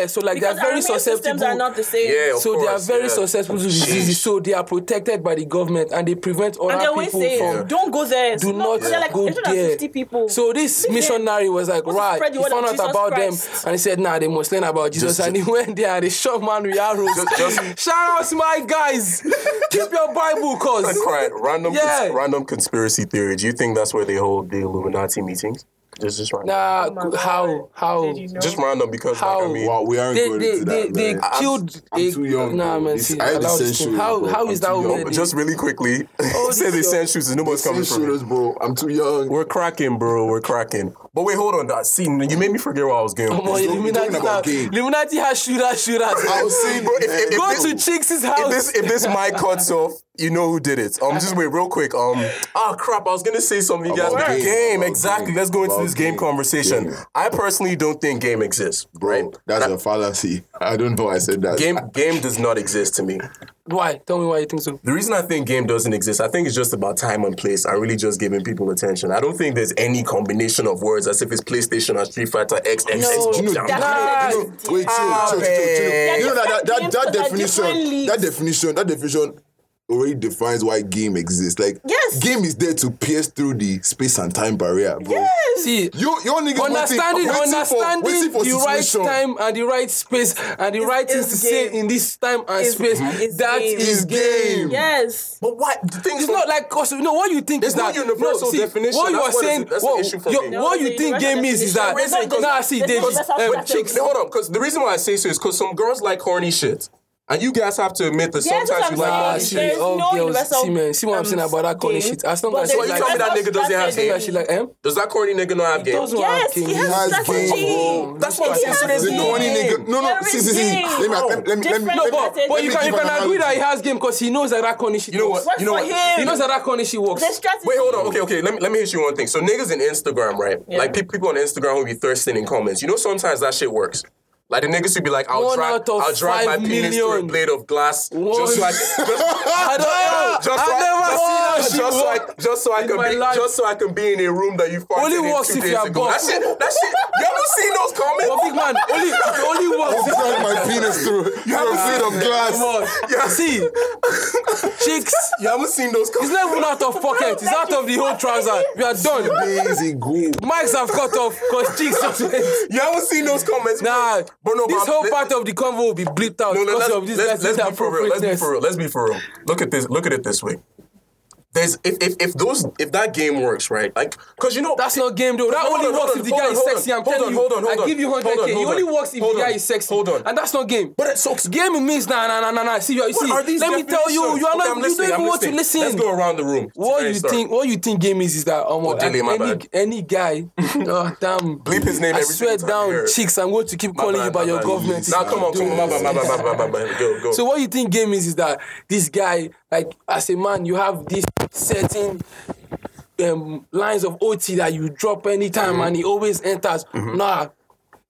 S2: yeah, so like
S3: because
S2: they are very
S3: our immune systems
S2: susceptible.
S3: are not the same.
S1: Yeah, of
S2: so they are
S1: course,
S2: very
S1: yeah.
S2: susceptible to diseases. So they are protected by the government and they prevent other
S3: And they always
S2: people
S3: say,
S2: from.
S3: don't go there.
S2: Do not
S3: they're like
S2: go
S3: 150
S2: there.
S3: people.
S2: So this missionary was like,
S3: to
S2: right,
S3: spread the
S2: he
S3: word
S2: found
S3: of
S2: out
S3: Jesus
S2: about them
S3: Christ.
S2: and he said, nah, they must learn about Jesus.
S1: Just-
S2: and he went there and they shot man with arrows.
S1: Just- just-
S2: Shout out to my guys. Keep your Bible,
S1: I
S2: cause
S1: cry. Random, cons-
S2: Yeah.
S1: random conspiracy theory. Do you think that's where they hold the Illuminati meetings? Just, just random.
S2: nah,
S3: Oh my God.
S2: how how
S3: Did you know?
S1: Just random because like,
S2: How?
S1: I mean,
S4: Wow, we aren't
S2: they
S4: going
S2: they
S4: into
S2: they,
S4: that.
S2: they
S4: man.
S2: killed.
S4: I'm
S2: they,
S4: too young,
S2: Nah,
S4: bro.
S2: man.
S4: This-
S2: see,
S4: I had
S2: allow this
S4: essential,
S2: thing. how
S4: bro.
S2: how is
S4: I'm
S2: that
S4: too young,
S2: woman?
S1: but just really quickly,
S2: Oh,
S1: say they
S2: this-
S1: send shooters. No one's coming
S4: Same
S1: from. me.
S4: shooters, bro. I'm too young.
S1: We're cracking, bro. We're cracking. But wait, hold on. That see, you made me forget what I was going.
S2: Come on,
S4: talking
S2: Illuminati,
S4: about
S2: now-
S4: game.
S2: Illuminati has shooters,
S4: I
S2: shooters.
S4: was saying,
S1: Bro, if- if- if
S2: Go
S1: this-
S2: to Cheeks'
S1: if
S2: house.
S1: this if this mic cuts off, you know who did it. Um, just wait real quick. Um, ah, crap. I was gonna say something, you guys.
S4: About
S1: Game,
S4: game, about
S1: exactly.
S4: game,
S1: Let's go into
S4: about
S1: this game,
S4: game,
S1: conversation.
S4: game.
S1: I personally don't think game exists.
S4: bro,
S1: right?
S4: that's a fallacy. I don't know. why I said that.
S1: Game game does not exist to me.
S2: Why? Tell me why you think so.
S1: The reason I think game doesn't exist, I think it's just about time and place and really just giving people attention. I don't think there's any combination of words as if it's PlayStation and Street Fighter X X X.
S3: No,
S1: Jam,
S4: You know,
S1: Jam,
S3: that's
S1: Jam.
S2: not-
S4: you know, wait, chill, chill,
S1: Ah,
S4: chill, chill,
S1: man.
S4: chill. You know
S3: They're
S4: that that,
S3: different
S4: that, that
S3: games, they're different
S4: definition, that
S3: leagues.
S4: definition, that definition already defines why game exists. Like,
S3: Yes.
S4: game is there to pierce through the space and time barrier, bro.
S2: See,
S4: You, your niggas
S2: understanding,
S4: waiting, waiting
S2: understanding
S4: for, waiting for
S2: the right
S4: situation.
S2: time and the right space and the right
S3: is
S2: things to say
S3: game.
S2: in this time and
S3: Is-
S2: space.
S3: is
S2: that
S3: game.
S2: is
S4: Is game.
S1: Mm.
S2: game.
S3: Yes.
S1: But what the thing
S2: It's
S1: is
S2: not like cause no. What you think
S1: There's
S2: is
S1: no
S2: that
S1: universal
S2: see,
S1: definition.
S2: What you
S1: That's
S2: are
S1: what is-
S2: saying,
S1: that's the issue
S2: what,
S1: for
S2: your-
S1: me.
S2: what you
S3: No,
S2: think
S3: there's
S2: game
S3: no
S2: is is that
S1: definition.
S2: nah. See,
S3: There's
S2: they
S3: no
S2: just
S3: universal
S2: um,
S3: definition.
S1: Wait, hold on, because the reason why I say so is because some girls like horny shit. And you guys have to admit that
S3: Yeah, that's
S1: sometimes you
S3: what I'm
S1: like
S2: Nah,
S1: that
S3: saying.
S2: she
S1: shit.
S3: There's
S2: all
S3: no
S2: girls.
S3: universal,
S2: See, man, see what I'm
S3: um,
S2: saying about that corny
S3: thing.
S2: shit. As long
S3: But
S2: as she's
S1: Well, you
S3: there's
S1: tell
S2: like,
S1: me that nigga
S3: universal
S1: doesn't have
S2: as long
S1: game.
S2: as
S3: strategy.
S2: she's like, eh?
S1: Does that corny nigga not have game?
S2: Doesn't
S3: Yes,
S2: have game.
S3: he has
S4: has
S3: a strategy.
S4: game.
S1: Oh, That's what I'm
S3: He
S1: saying. So
S3: has
S1: there's
S4: Is it the
S1: no
S4: only
S1: game.
S4: nigga? No, no.
S3: There
S4: See,
S3: is
S4: see, see. Let
S3: game.
S4: me,
S2: Oh.
S4: let, let, me- let, me-
S3: Different
S4: let,
S2: No,
S4: me-
S2: but, but
S3: Let me
S2: you can you can
S4: give an
S2: agree
S4: analogy.
S2: that he has game because he knows that that corny shit.
S1: You know
S2: works.
S1: what? You know
S3: Works
S1: what?
S3: for him.
S2: He knows that that corny shit works.
S3: The strategy.
S1: Wait, hold on. Okay, okay. Let me, let me hit you one thing. So niggas in Instagram, right?
S3: Yeah.
S1: Like pe- people on Instagram will be thirsting in comments. You know, sometimes that shit works. Like the niggas would be like, I'll
S2: One
S1: drag,
S2: out of
S1: I'll drag my
S2: five
S1: penis through a
S2: million.
S1: blade of glass
S2: One-
S1: just so I can, just,
S2: I don't know.
S1: just so
S2: I've
S1: I-
S2: never seen that
S1: just,
S2: shit
S1: just so I,
S2: work.
S1: just so I
S2: in
S1: can
S2: my
S1: be,
S2: life.
S1: just so I can be in a room that you farted
S2: Only
S1: in
S2: works
S1: two
S2: if
S1: days
S2: you are
S1: ago. That
S2: buff.
S1: shit, that shit. You ever seen those
S2: But
S1: comments?
S2: big man, only the only works. if
S4: Drag my penis through you have a blade of
S2: Come
S4: glass.
S2: on. See, chicks,
S1: You haven't seen those
S2: it's
S1: comments.
S2: not even out of pocket. It's out of the whole trouser. We are done.
S4: Easy go.
S2: Mics have cut off because chicks. just went.
S1: You haven't seen those comments.
S2: Nah,
S1: But no,
S2: this
S1: but-
S2: whole
S1: let-
S2: part of the convo will be bleeped out
S1: No, no,
S2: because
S1: let's,
S2: of this
S1: let's,
S2: guy's
S1: let's be for real. Let's be
S2: inappropriateness.
S1: for real. Let's be for real. Look at this. Look at it this way. There's if if, if those if that game works right, like because you know
S2: That's not game though. That
S1: Hold
S2: only
S1: on,
S2: works
S1: hold
S2: if the
S1: on,
S2: guy is
S1: hold on,
S2: sexy. I'm
S1: hold
S2: telling
S1: on,
S2: you.
S1: hold on, hold
S2: I
S1: on.
S2: give you
S1: Hold on,
S2: 100k. It
S1: hold
S2: only
S1: on.
S2: works if
S1: Hold
S2: the guy
S1: on.
S2: is sexy.
S1: Hold on.
S2: And that's not game.
S1: But that sucks.
S2: Game means nah nah nah nah nah. See, you you see.
S1: What are these
S2: Let me tell you,
S1: definitions?
S2: you
S1: Okay,
S2: are not.
S1: I'm
S2: You don't
S1: listening,
S2: even
S1: I'm
S2: want to
S1: listening. Let's
S2: listen.
S1: go around the room.
S2: What
S1: Very
S2: you
S1: sorry.
S2: think? What you think game is is that um,
S1: Oh, Dele, my
S2: any
S1: bad.
S2: any guy, uh, damn,
S1: Bleep his name
S2: I
S1: every
S2: swear
S1: single time you
S2: down,
S1: hear it.
S2: chicks, I'm going to keep
S1: My
S2: calling
S1: bad,
S2: you by
S1: my
S2: your
S1: bad.
S2: government.
S1: Now come on, come on, my bad, my bad, my bad, my bad, my bad. Go, go.
S2: So what you think game is is that this guy, like as a man, you have this certain um, lines of OT that you drop anytime
S4: Mm-hmm.
S2: and he always enters. Nah,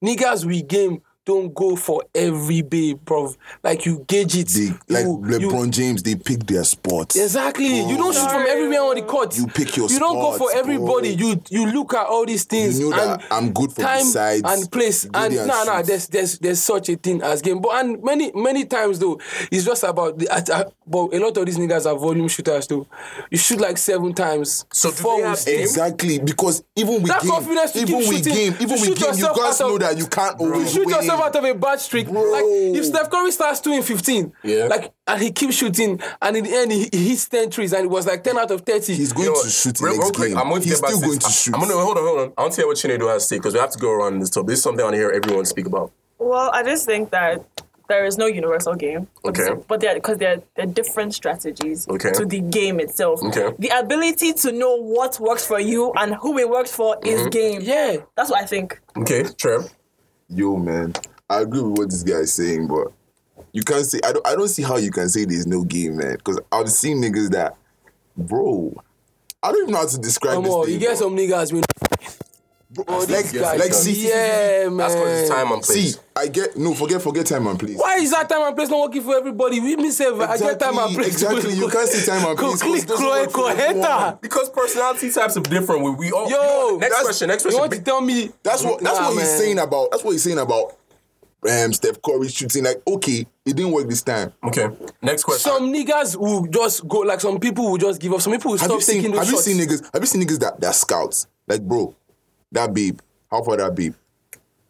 S2: niggas we game don't go for every babe, bro. Like you gauge it.
S4: They, like
S2: you,
S4: LeBron James, they pick their spots.
S2: Exactly. You don't shoot from everywhere on the court.
S4: You pick your
S2: You don't go for
S4: spots,
S2: everybody.
S4: bro.
S2: You you look at all these things.
S4: You know
S2: and
S4: that I'm good for
S2: time
S4: the sides.
S2: and place.
S4: Go
S2: And
S4: there
S2: nah, nah,
S4: shoot.
S2: there's there's there's such a thing as game. But and many many times though, it's just about the. At, at- but a lot of these niggas are volume shooters though. You shoot like seven times.
S1: So do
S2: four
S1: they have
S2: will stay.
S1: aim?
S4: Exactly, because even with
S2: That confidence to
S4: game, even
S2: keep
S4: with
S2: shooting,
S4: game, even
S2: to shoot
S4: with game, you
S2: yourself
S4: guys
S2: out of-
S4: know that you can't
S2: You
S4: always
S2: shoot
S4: win.
S2: yourself out of a bad streak. Like if Steph Curry starts two in fifteen,
S1: Yeah.
S2: like and he keeps shooting, and in the end he, he hits ten threes, and it was like ten out of thirty.
S4: He's going
S1: You know
S4: to
S1: what?
S4: shoot
S1: Real-
S4: next
S1: real quick,
S4: game.
S1: I'm going to
S4: He's
S1: get back
S4: still
S1: to
S4: going
S1: this.
S4: to shoot.
S1: I'm gonna hold on, hold on. I want to hear what Chinedu has to say because we have to go around this topic. This is something I want to hear everyone speak about.
S3: Well, I just think that there is no universal game.
S1: Okay.
S3: But there, because there, there are different strategies
S1: Okay.
S3: to the game itself.
S1: Okay.
S3: The ability to know what works for you and who it works for is game.
S2: yeah.
S3: That's what I think.
S1: Okay, Trev.
S4: Yo, man, I agree with what this guy is saying, but you can't say I don't. I don't see how you can say there's no game, man. Because I've seen niggas that, bro, I don't even know how to describe
S2: Come
S4: this
S2: on,
S4: thing.
S2: you get
S4: bro.
S2: some niggas with all these
S4: Like,
S2: guys.
S4: like, see, see, see,
S2: yeah, man.
S1: That's because it's time and place.
S4: see, I get no. Forget, forget time and place.
S2: Why is that time and place not working for everybody? We miss it. I get time and place.
S4: Exactly, you can't see time and
S2: Go
S4: place.
S2: click
S4: It doesn't work
S2: Chloe
S4: for everyone.
S2: Coheta.
S1: Because personality types are different. We, we all. you know
S2: Yo,
S1: what? next
S2: that's-
S1: question. Next
S2: You want
S1: question.
S2: to tell me?
S4: That's what that's
S2: Nah,
S4: what he's
S2: man.
S4: saying about. That's what he's saying about um, Steph Curry shooting. Like, okay, it didn't work this time.
S1: Okay. Next question.
S2: Some niggas will just go like some people will just give up. Some people will
S4: Have
S2: stop
S4: you seen?
S2: taking
S4: Have
S2: those
S4: you
S2: shots.
S4: seen niggas? Have you seen niggas that that scouts? Like, bro, that babe. How far that babe?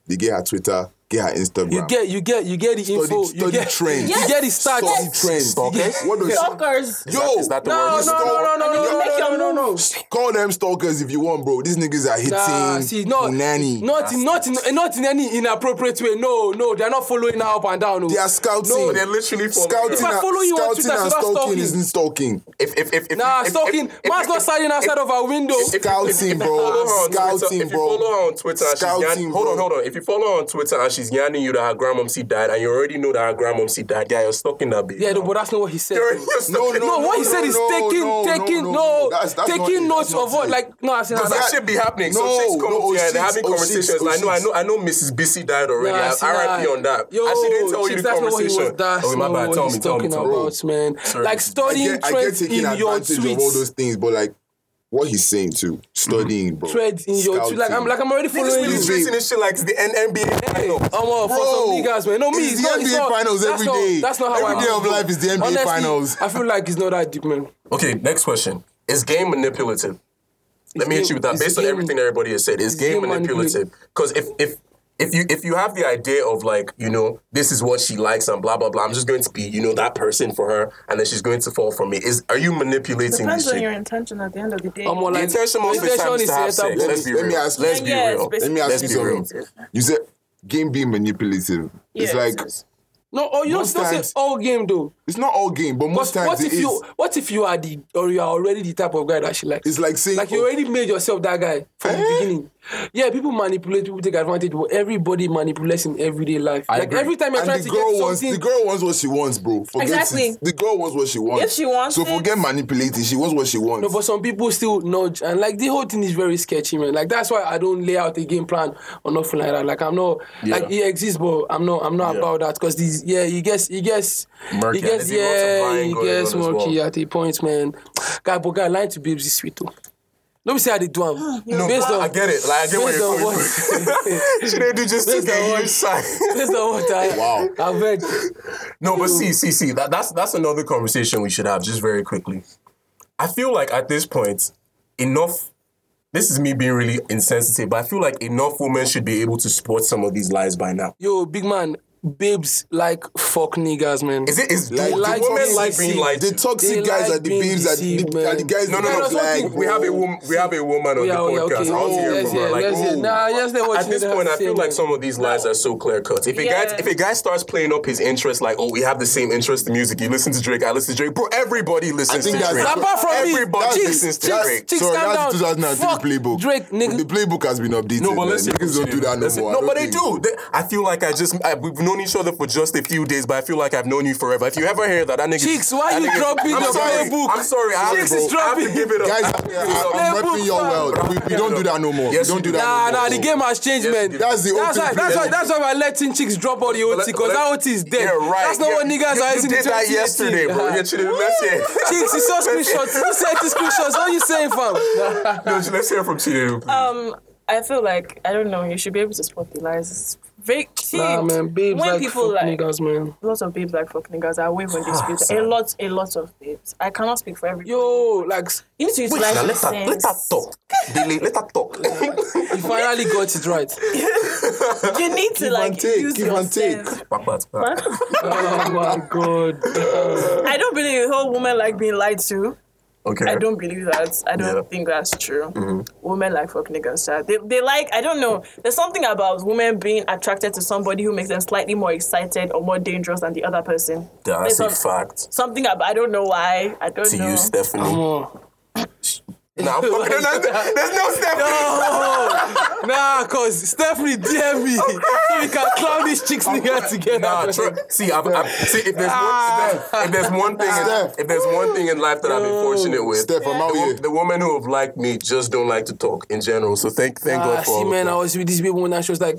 S4: They get her Twitter, get her Instagram.
S2: you get, you get, you get the
S4: study,
S2: info. you
S4: study
S2: get
S4: trends.
S2: You get the stats.
S4: Study trends.
S1: Stalkers?
S4: What does
S3: Stalkers.
S1: Is that- is that the
S2: No,
S1: word?
S2: no, no, no, no,
S3: You
S2: no,
S3: make
S2: no, no,
S3: your
S2: no, no.
S3: move.
S4: call them stalkers if you want, bro? These niggas are hitting
S2: Nah, see, no,
S4: Punani.
S2: not in, not in, not in any inappropriate way. No, no, they're not following her up and down. No.
S4: they are scouting.
S1: No, Oh, they're literally following
S4: scouting.
S1: her.
S2: If I
S4: and-
S2: follow you on
S4: scouting
S2: Twitter,
S4: and
S2: so that's
S4: stalking,
S2: stalking.
S4: isn't stalking.
S1: If, if, if, if,
S2: Nah,
S1: if,
S2: stalking.
S1: If, if,
S2: Man's not
S1: if-
S2: standing outside of our window.
S1: if-
S4: Scouting, bro.
S1: follow her on
S4: Scouting,
S1: Twitter, if you
S4: bro.
S1: follow her on Twitter and she's
S4: Scouting,
S1: yanning, hold on,
S4: bro.
S1: hold on. If you follow her on Twitter and she's yanning you that her grandmomcy died and you already know that her grandmomcy died, yeah, you're stalking that bitch.
S2: Yeah, no, but that's not what he said.
S1: You're-
S2: though.
S1: you're stalking
S4: no,
S2: No,
S1: her.
S2: what he said is
S4: no,
S2: taking,
S4: no,
S2: taking, no,
S4: no, no, no. That's- that's
S2: taking
S4: not it.
S2: notes
S4: That's
S2: of
S4: not
S2: what,
S4: it.
S2: like, no, I said,
S1: That shit be happening.
S4: No,
S1: so chicks come
S4: no,
S1: up
S4: oh,
S1: here and they're having
S4: shit, oh, shit,
S1: conversations.
S4: oh,
S1: I know, I
S4: shit.
S1: know, I know. Mrs. BC died already.
S2: Nah,
S1: I-
S2: see,
S1: RIP
S2: nah.
S1: on that.
S2: Yo,
S1: and she didn't tell you
S2: chicks,
S1: the
S2: that's not what he
S1: conversation.
S2: was, that's
S1: oh, my
S2: not
S1: bad.
S2: what
S1: tell
S2: he's
S1: me, tell me,
S2: talking
S1: tell me.
S2: about, man.
S1: Sorry.
S2: Like
S4: I
S2: studying
S4: get, I get
S2: trends
S4: taking
S2: in your
S4: advantage of all
S2: tweets.
S4: those things, but like what he's saying too, studying, bro.
S2: Threads in your tweets.
S4: Scouting.
S2: Like I'm, like I'm already
S1: Niggas
S2: following
S1: really
S2: you.
S1: treating this shit like it's the N- NBA final.
S2: I'm all for some
S4: Bro,
S2: niggas, man. No, me,
S4: it's
S2: it's
S4: the
S2: not, it's
S4: NBA
S2: not,
S4: finals
S2: that's
S4: every
S2: not,
S4: day.
S2: That's not how
S4: Every
S2: I
S4: day
S2: am.
S4: of life is the NBA
S2: Honestly,
S4: finals.
S2: I feel like it's not that deep, man.
S1: Okay, next question. Is game manipulative? Let me hit you with that.
S2: It's
S1: Based on
S2: game-
S1: everything everybody has said, is
S2: it's
S1: game
S2: game
S1: manipulative? Because if if if you if you have the idea of like you know this is what she likes and blah blah blah, I'm just going to be you know that person for her, and then she's going to fall for me. Is are you manipulating
S3: Depends
S1: this
S3: on
S1: shit?
S3: your intention at the end of the day.
S2: I'm all
S1: The
S2: like,
S1: intention most of the time is to have
S2: set up
S1: sex. Let's be
S4: Let
S1: real.
S4: me ask you-
S1: Let's be
S3: Yeah,
S1: real.
S3: it's
S4: Let me ask
S1: Let's
S4: you
S1: be real.
S4: something. You said game being manipulative.
S3: Yeah,
S4: it's like
S3: it is.
S2: No, or you don't,
S4: Most
S2: don't say
S4: times-
S2: all game though.
S4: It's not all game, but most
S2: But
S4: times
S2: what
S4: it
S2: if
S4: is.
S2: you what if you are the or you are already the type of guy that she likes?
S4: It's like saying, oh,
S2: like you already made yourself that guy from the
S4: Eh?
S2: beginning. Yeah, people manipulate, people take advantage, but every manipulates in everyday life.
S1: I
S2: like
S1: agree.
S2: every time you're
S4: and
S2: trying
S4: the
S2: to
S4: girl
S2: get
S4: wants
S2: something,
S4: the girl wants what she wants, bro. Forget
S3: Exactly.
S4: it. The girl wants what she wants.
S3: If she wants
S4: so
S3: it-
S4: forget manipulating. She wants what she wants.
S2: No, but some people still nudge, and like the whole thing is very sketchy, man. Like that's why I don't lay out a game plan or nothing like that. Like I'm not, like it exists, but I'm not, I'm not
S1: Yeah.
S2: about that because these, yeah, you guess, you guess,
S1: Murky,
S2: you
S1: and
S2: guess,
S1: there's a lot of
S2: yeah,
S1: lying
S2: you
S1: going
S2: guess,
S1: on as
S2: monkey
S1: well.
S2: at the point, man. Guy, but guy, lying to babes is sweet though. Let me see how they do 'em.
S1: No,
S2: based on
S1: I get it. Like I get where
S2: based
S1: you're
S2: on
S1: coming
S2: what,
S1: from. She didn't do just take
S2: Based on
S1: a
S2: what-
S1: huge sigh.
S2: based on what I,
S4: Wow.
S2: I've heard.
S1: No, but see, see, see. That, that's that's another conversation we should have just very quickly. I feel like at this point, enough. This is me being really insensitive, but I feel like enough women should be able to support some of these lies by now.
S2: Yo, big man, babes like fuck niggas, man.
S1: Is it is
S4: Like,
S1: do
S2: like
S1: women
S2: being
S1: like being
S2: deceived.
S1: lied
S4: the
S1: to?
S4: toxic
S2: They
S4: guys
S2: like
S4: are the
S2: being
S4: babes are the,
S2: deceived,
S4: are the
S2: man.
S4: guys.
S1: No, no, no.
S4: that don't
S2: that's
S1: see,
S4: like,
S1: we have a
S4: bro.
S1: woman. We have a woman on
S2: Yeah,
S1: the
S2: oh, yeah,
S1: podcast.
S2: okay.
S1: I want to hear
S2: Yes,
S1: from her.
S2: yeah,
S1: Like,
S2: yes, yeah.
S1: oh,
S2: Nah, yes, they uh,
S1: at this point, I feel like some of these lies are so clear cut. If a guy,
S3: Yeah.
S1: if a guy starts playing up his interest, like, oh, we have the same interest in music. You listen to Drake, I listen to Drake. Bro, everybody listens to
S4: think that's-
S1: Drake.
S2: Apart from me,
S1: everybody
S4: that's-
S1: listens to
S2: that's-
S1: Drake.
S2: Chicks,
S4: Sorry,
S2: calm
S4: that's the
S2: down.
S4: 2003
S2: Fuck
S4: playbook.
S2: Drake, nigga.
S4: The playbook has been updated.
S1: No, but
S4: man.
S1: let's see.
S4: Niggas don't do that no
S1: Let's see.
S4: more. I
S1: No, but they
S4: don't
S1: do.
S4: think-
S1: They- I feel like I just I, we've known each other for just a few days, but I feel like I've known you forever. If you ever hear that, that nigga.
S2: Cheeks, why
S1: that
S2: you
S1: nigga-
S2: dropping
S1: I'm
S2: your
S1: sorry.
S2: playbook?
S1: I'm sorry. I have
S2: Cheeks
S1: to-
S2: is
S1: I have
S2: dropping.
S1: to give it up.
S4: Guys,
S1: I have to give it up.
S4: I'm repping your
S2: fam.
S4: world. We, we don't do that no more.
S1: Yes,
S4: we
S1: you
S4: don't do
S1: do.
S2: Nah,
S4: that no
S2: Ah, nah,
S4: more.
S2: the game has changed,
S1: Yes,
S2: man.
S1: you do.
S4: That's the
S2: That's
S4: old
S2: why,
S4: thing.
S2: that's why, that's why I let teen chicks drop all the
S1: But
S2: OT
S1: let-
S2: because
S1: let-
S2: that OT is dead.
S1: Yeah, right.
S2: That's not
S1: yeah.
S2: what niggas
S1: you,
S2: are
S1: you
S2: using
S1: did that
S2: in 2018.
S1: yesterday, bro.
S2: Yeah.
S1: You're chilling. Let's hear.
S2: Ah. Chicks, you saw screenshots. You sent the screenshots. What you saying, fam? Nah.
S1: No, let's hear from Chidi.
S3: Um, I feel like I don't know. You should be able to spot the lies. It's very see,
S2: Nah, man, babes
S3: when
S2: like
S3: people
S2: fuck
S3: like
S2: niggas, man.
S3: lots of babes like fuck niggas are away from this bitch. A
S1: Sam.
S3: lot, a lot of babes. I cannot speak for everybody.
S2: Yo, like, s-
S3: you need to
S1: Wait,
S3: utilize
S1: now,
S3: your
S1: let her,
S3: sense.
S1: let her talk. Dele, let her talk.
S2: you finally got it right.
S3: You need to like
S4: take,
S3: use
S4: give
S3: your
S4: and take.
S3: sense.
S1: Back, back, back.
S2: Oh my god.
S3: I don't believe the whole woman like being lied to.
S1: Okay.
S3: I don't believe that. I don't
S1: Yeah.
S3: think that's true. Women like fuck niggas. sha. They, they like, I don't know. There's something about women being attracted to somebody who makes them slightly more excited or more dangerous than the other person.
S1: That's a
S3: There's some-
S1: fact.
S3: Something about, I don't know why. I don't
S1: To
S3: know.
S1: you, Stephanie.
S2: Come on.
S1: Nah, I'm fucking- there's, there's no Stephanie.
S2: Oh, nah, cause Stephanie DM me so we can clown these chicks nigga together.
S1: Nah,
S2: man.
S1: tr- see, I've, I've, see, if there's, one, if, there's, if there's one thing, in,
S4: Steph.
S1: if there's one thing in life that I've been fortunate with,
S4: Steph, I'm out
S1: the, wo-
S4: here.
S1: the women who have liked me just don't like to talk in general. So thank, thank
S2: Ah,
S1: God for.
S2: see,
S1: all of
S2: man,
S1: that.
S2: I was with this baby one and she was like,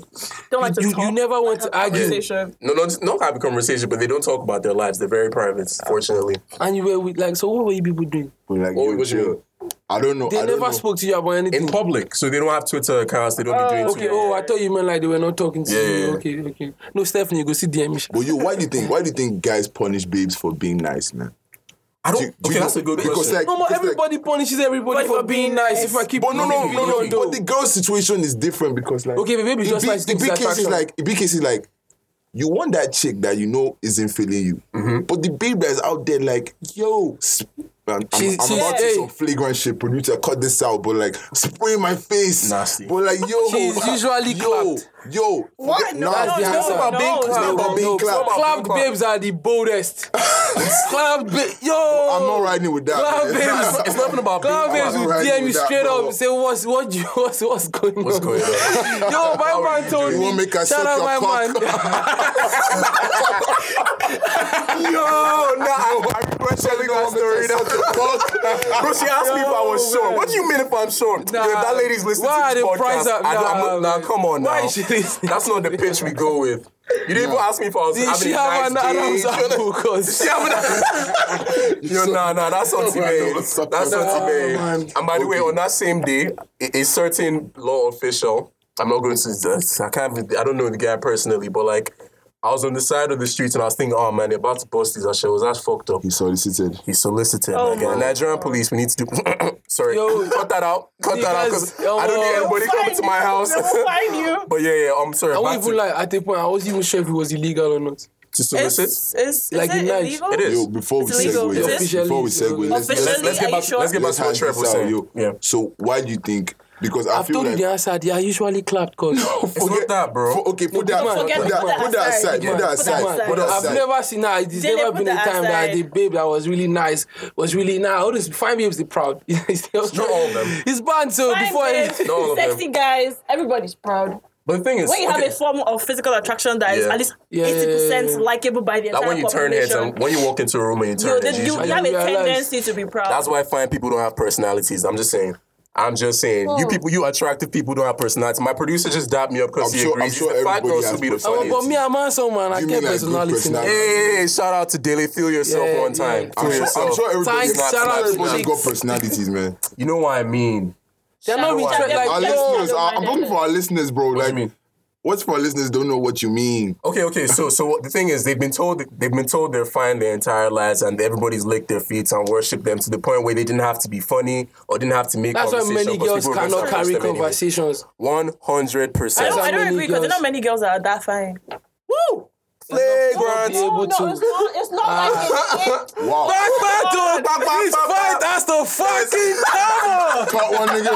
S3: Don't like to
S2: you, you
S3: talk.
S2: never want to argue.
S3: Conversation.
S1: no, no, just- not have a conversation, but they don't talk about their lives. They're very private, fortunately.
S2: And you were with, like, so what were you people doing?
S4: We're like,
S1: Oh,
S4: yo,
S1: what you
S4: chill.
S1: mean?
S4: I don't know.
S2: They
S4: I don't
S2: never
S4: know.
S2: spoke to you about anything.
S1: In public, so they don't have Twitter accounts. They don't be doing.
S2: okay,
S1: Twitter.
S2: oh, I thought you meant like they were not talking to
S1: Yeah,
S2: you.
S1: yeah, yeah.
S2: Okay, okay. No, Stephanie, you go see DM me. sha.
S4: But you, why do you think? Why do you think guys punish babes for being nice, man?
S1: I don't.
S4: Do you- do
S1: okay,
S4: you
S1: that's
S4: know-
S1: a good
S4: because,
S1: question.
S4: like-
S2: No, but
S4: It's
S2: everybody punishes everybody
S3: But
S2: for
S3: for
S2: being
S3: being
S2: nice.
S3: nice.
S2: If I keep
S4: But no, no,
S2: moving,
S4: no,
S2: you
S4: no.
S2: don't know.
S4: But the girl's situation is different because, like,
S2: Okay, but maybe
S4: the
S2: just
S4: big-
S2: likes
S4: the big case is
S2: dissatisfaction.
S4: like the big case is like you want that chick that you know isn't feeling you, but the babe that's out there, like, yo. sp- I'm, I'm-
S2: She's-
S4: I'm
S2: she's-
S4: about to
S2: hey.
S4: some flagrant shit, producer. Cut this out, but like spray my face.
S1: Nasty.
S4: But like yo,
S2: She's usually
S4: yo, yo. What?
S3: No, no,
S2: the
S3: no,
S2: answer.
S3: no,
S1: Being
S3: no,
S1: It's not
S4: about being
S2: No,
S4: clapped.
S2: Clapped
S1: Clapped.
S2: babes are the boldest. clapped babes, yo.
S4: I'm not riding with that.
S2: Clown
S4: man.
S2: babes.
S1: It's nothing about.
S2: Clown
S1: being-
S2: babes will
S4: Alright,
S2: DM you
S4: that,
S2: straight up
S4: bro.
S2: and say, what's, what you, what's, what's going
S1: What's
S2: on?
S1: going on?
S2: Yo, my man told
S4: You
S2: me.
S4: won't make her
S2: Shout
S4: suck
S2: out
S4: your
S2: my
S4: cock.
S2: man.
S1: Yo, nah, I regret telling that story. Bro, she asked me if I was
S2: Yo,
S1: short.
S2: man.
S1: What do you mean if I'm short?
S2: Nah.
S1: Yo, if that lady's listening
S2: Why are
S1: to
S2: they
S1: this podcast.
S2: price up?
S1: I don't-
S2: Nah,
S1: I'm not-
S2: man.
S1: nah, come on
S2: Why
S1: now.
S2: is she listening?
S1: That's not the pitch we go with. You didn't even ask me if I was
S2: Did she
S1: having
S2: have
S1: a
S2: an
S1: nice
S2: Adam's
S1: day.
S2: apple? Cause
S1: She having a- Yo, nah, nah, that's not today. That's
S4: Suck
S1: not
S4: your cock.
S1: today.
S2: Oh, man.
S1: And by the way, on that same day, a, a certain law official, I'm not going to, uh, I can't, even- I don't know the guy personally, but like, I was on the side of the street and I was thinking, oh man, they're about to bust these. I shit was that's fucked up.
S4: He solicited.
S1: He solicited.
S3: Oh
S1: like, uh,
S3: my
S1: Nigerian police, we need to do. sorry,
S2: Yo.
S1: cut that out. Cut that out
S2: Because,
S1: because I don't need
S2: uh,
S1: anybody coming to my house.
S3: They will find you.
S1: but yeah, yeah, I'm sorry.
S2: I
S1: back
S2: won't even
S1: to,
S2: lie, at a point, I wasn't even sure if it was illegal or not.
S1: to
S3: It's,
S1: solicit.
S3: it's, is
S2: Like
S3: it
S2: in life.
S3: illegal?
S1: It is.
S4: Yo, before we
S3: It's illegal.
S4: segue,
S3: Is
S4: yo,
S3: it?
S4: before we
S2: Officially,
S4: segue,
S1: let's,
S4: let's
S3: Officially,
S1: let's get
S3: are
S1: back.
S3: you sure?
S1: Let's get back
S4: let's
S1: to what
S4: hash
S1: Trev
S4: this
S1: was
S4: out,
S1: saying.
S4: yo.
S1: Yeah.
S4: So why do you think because I
S2: I've
S4: feel
S2: told
S4: like
S2: you the answer. They are usually clapped because
S1: It's not that, bro.
S4: For- okay, put that,
S2: man.
S4: put
S2: Forget
S4: that,
S3: that.
S4: put that aside,
S3: Yeah.
S4: put that aside, put that
S2: I've
S4: aside.
S2: never seen that. There's
S3: Then they
S2: never
S3: put
S2: been a
S3: that
S2: time that
S3: aside.
S2: the babe that was really nice was really now. All these fine babes, they proud. It's
S1: Not all of them.
S2: It's banned, so
S3: Fine
S2: before
S3: babes,
S2: it,
S1: No, all of them.
S3: sexy guys, everybody's proud.
S1: But the thing is,
S3: When you
S1: okay,
S3: have a form of physical attraction that is
S1: Yeah.
S3: at least
S2: Yeah, yeah,
S3: eighty percent
S2: yeah, yeah.
S3: likable by the entire
S1: that when you turn heads
S3: population,
S1: and when you walk into a room and you turn
S3: you,
S1: heads,
S3: you,
S1: you
S3: you
S1: should-
S2: I
S3: have a
S2: realize-
S3: tendency to be proud.
S1: that's why I find people don't have personalities. I'm just saying. I'm just saying,
S3: Oh.
S1: you people, you attractive people don't have personality. My producer just dapped me up because
S4: I'm
S1: he
S4: sure- I'm
S1: agrees. He
S4: sure
S1: said, "Fat
S4: everybody
S1: girls
S4: has
S1: will be the
S2: Oh, but
S1: funniest."
S2: me, I'm handsome, man. I
S4: You
S2: get
S4: mean like good
S2: personality.
S4: personality?
S2: man.
S1: Hey, hey, shout out to Daily. Feel yourself
S2: Yeah,
S1: one time.
S2: yeah.
S1: Feel
S4: I'm sure,
S1: yourself.
S4: I'm sure everybody,
S2: Thanks, shout out to
S4: everybody's got
S2: Chicks.
S4: personalities, man.
S1: You know what I mean?
S2: They're not
S3: Shout out
S2: interested.
S3: to
S2: Like,
S4: Our
S3: Yeah.
S4: listeners,
S3: Yeah.
S4: I'm talking for our listeners, bro.
S1: What do
S4: like,
S1: you mean?
S4: what's for our listeners don't know what you mean.
S2: Oh.
S1: Okay, okay. So, so what- the thing is, they've been told they've been told they're fine their entire lives, and everybody's licked their feet and worshipped them to the point where they didn't have to be funny or didn't have to make.
S2: that's why
S1: conversation
S2: many
S1: 'cause
S2: girls
S1: people would
S2: cannot
S1: respect
S2: carry
S1: them anyway.
S2: conversations.
S1: One hundred
S3: I
S1: percent.
S3: don't,
S2: That's how
S3: I don't
S2: many
S3: agree because there are
S2: girls-
S3: not many girls that are that fine. Woo!
S1: Playground.
S2: Be able to-
S3: not. It's
S1: Ah.
S3: not like it's,
S4: Wow.
S2: Back battle!
S1: Back battle.
S2: This fight has to fucking come on!
S4: Cut one nigga.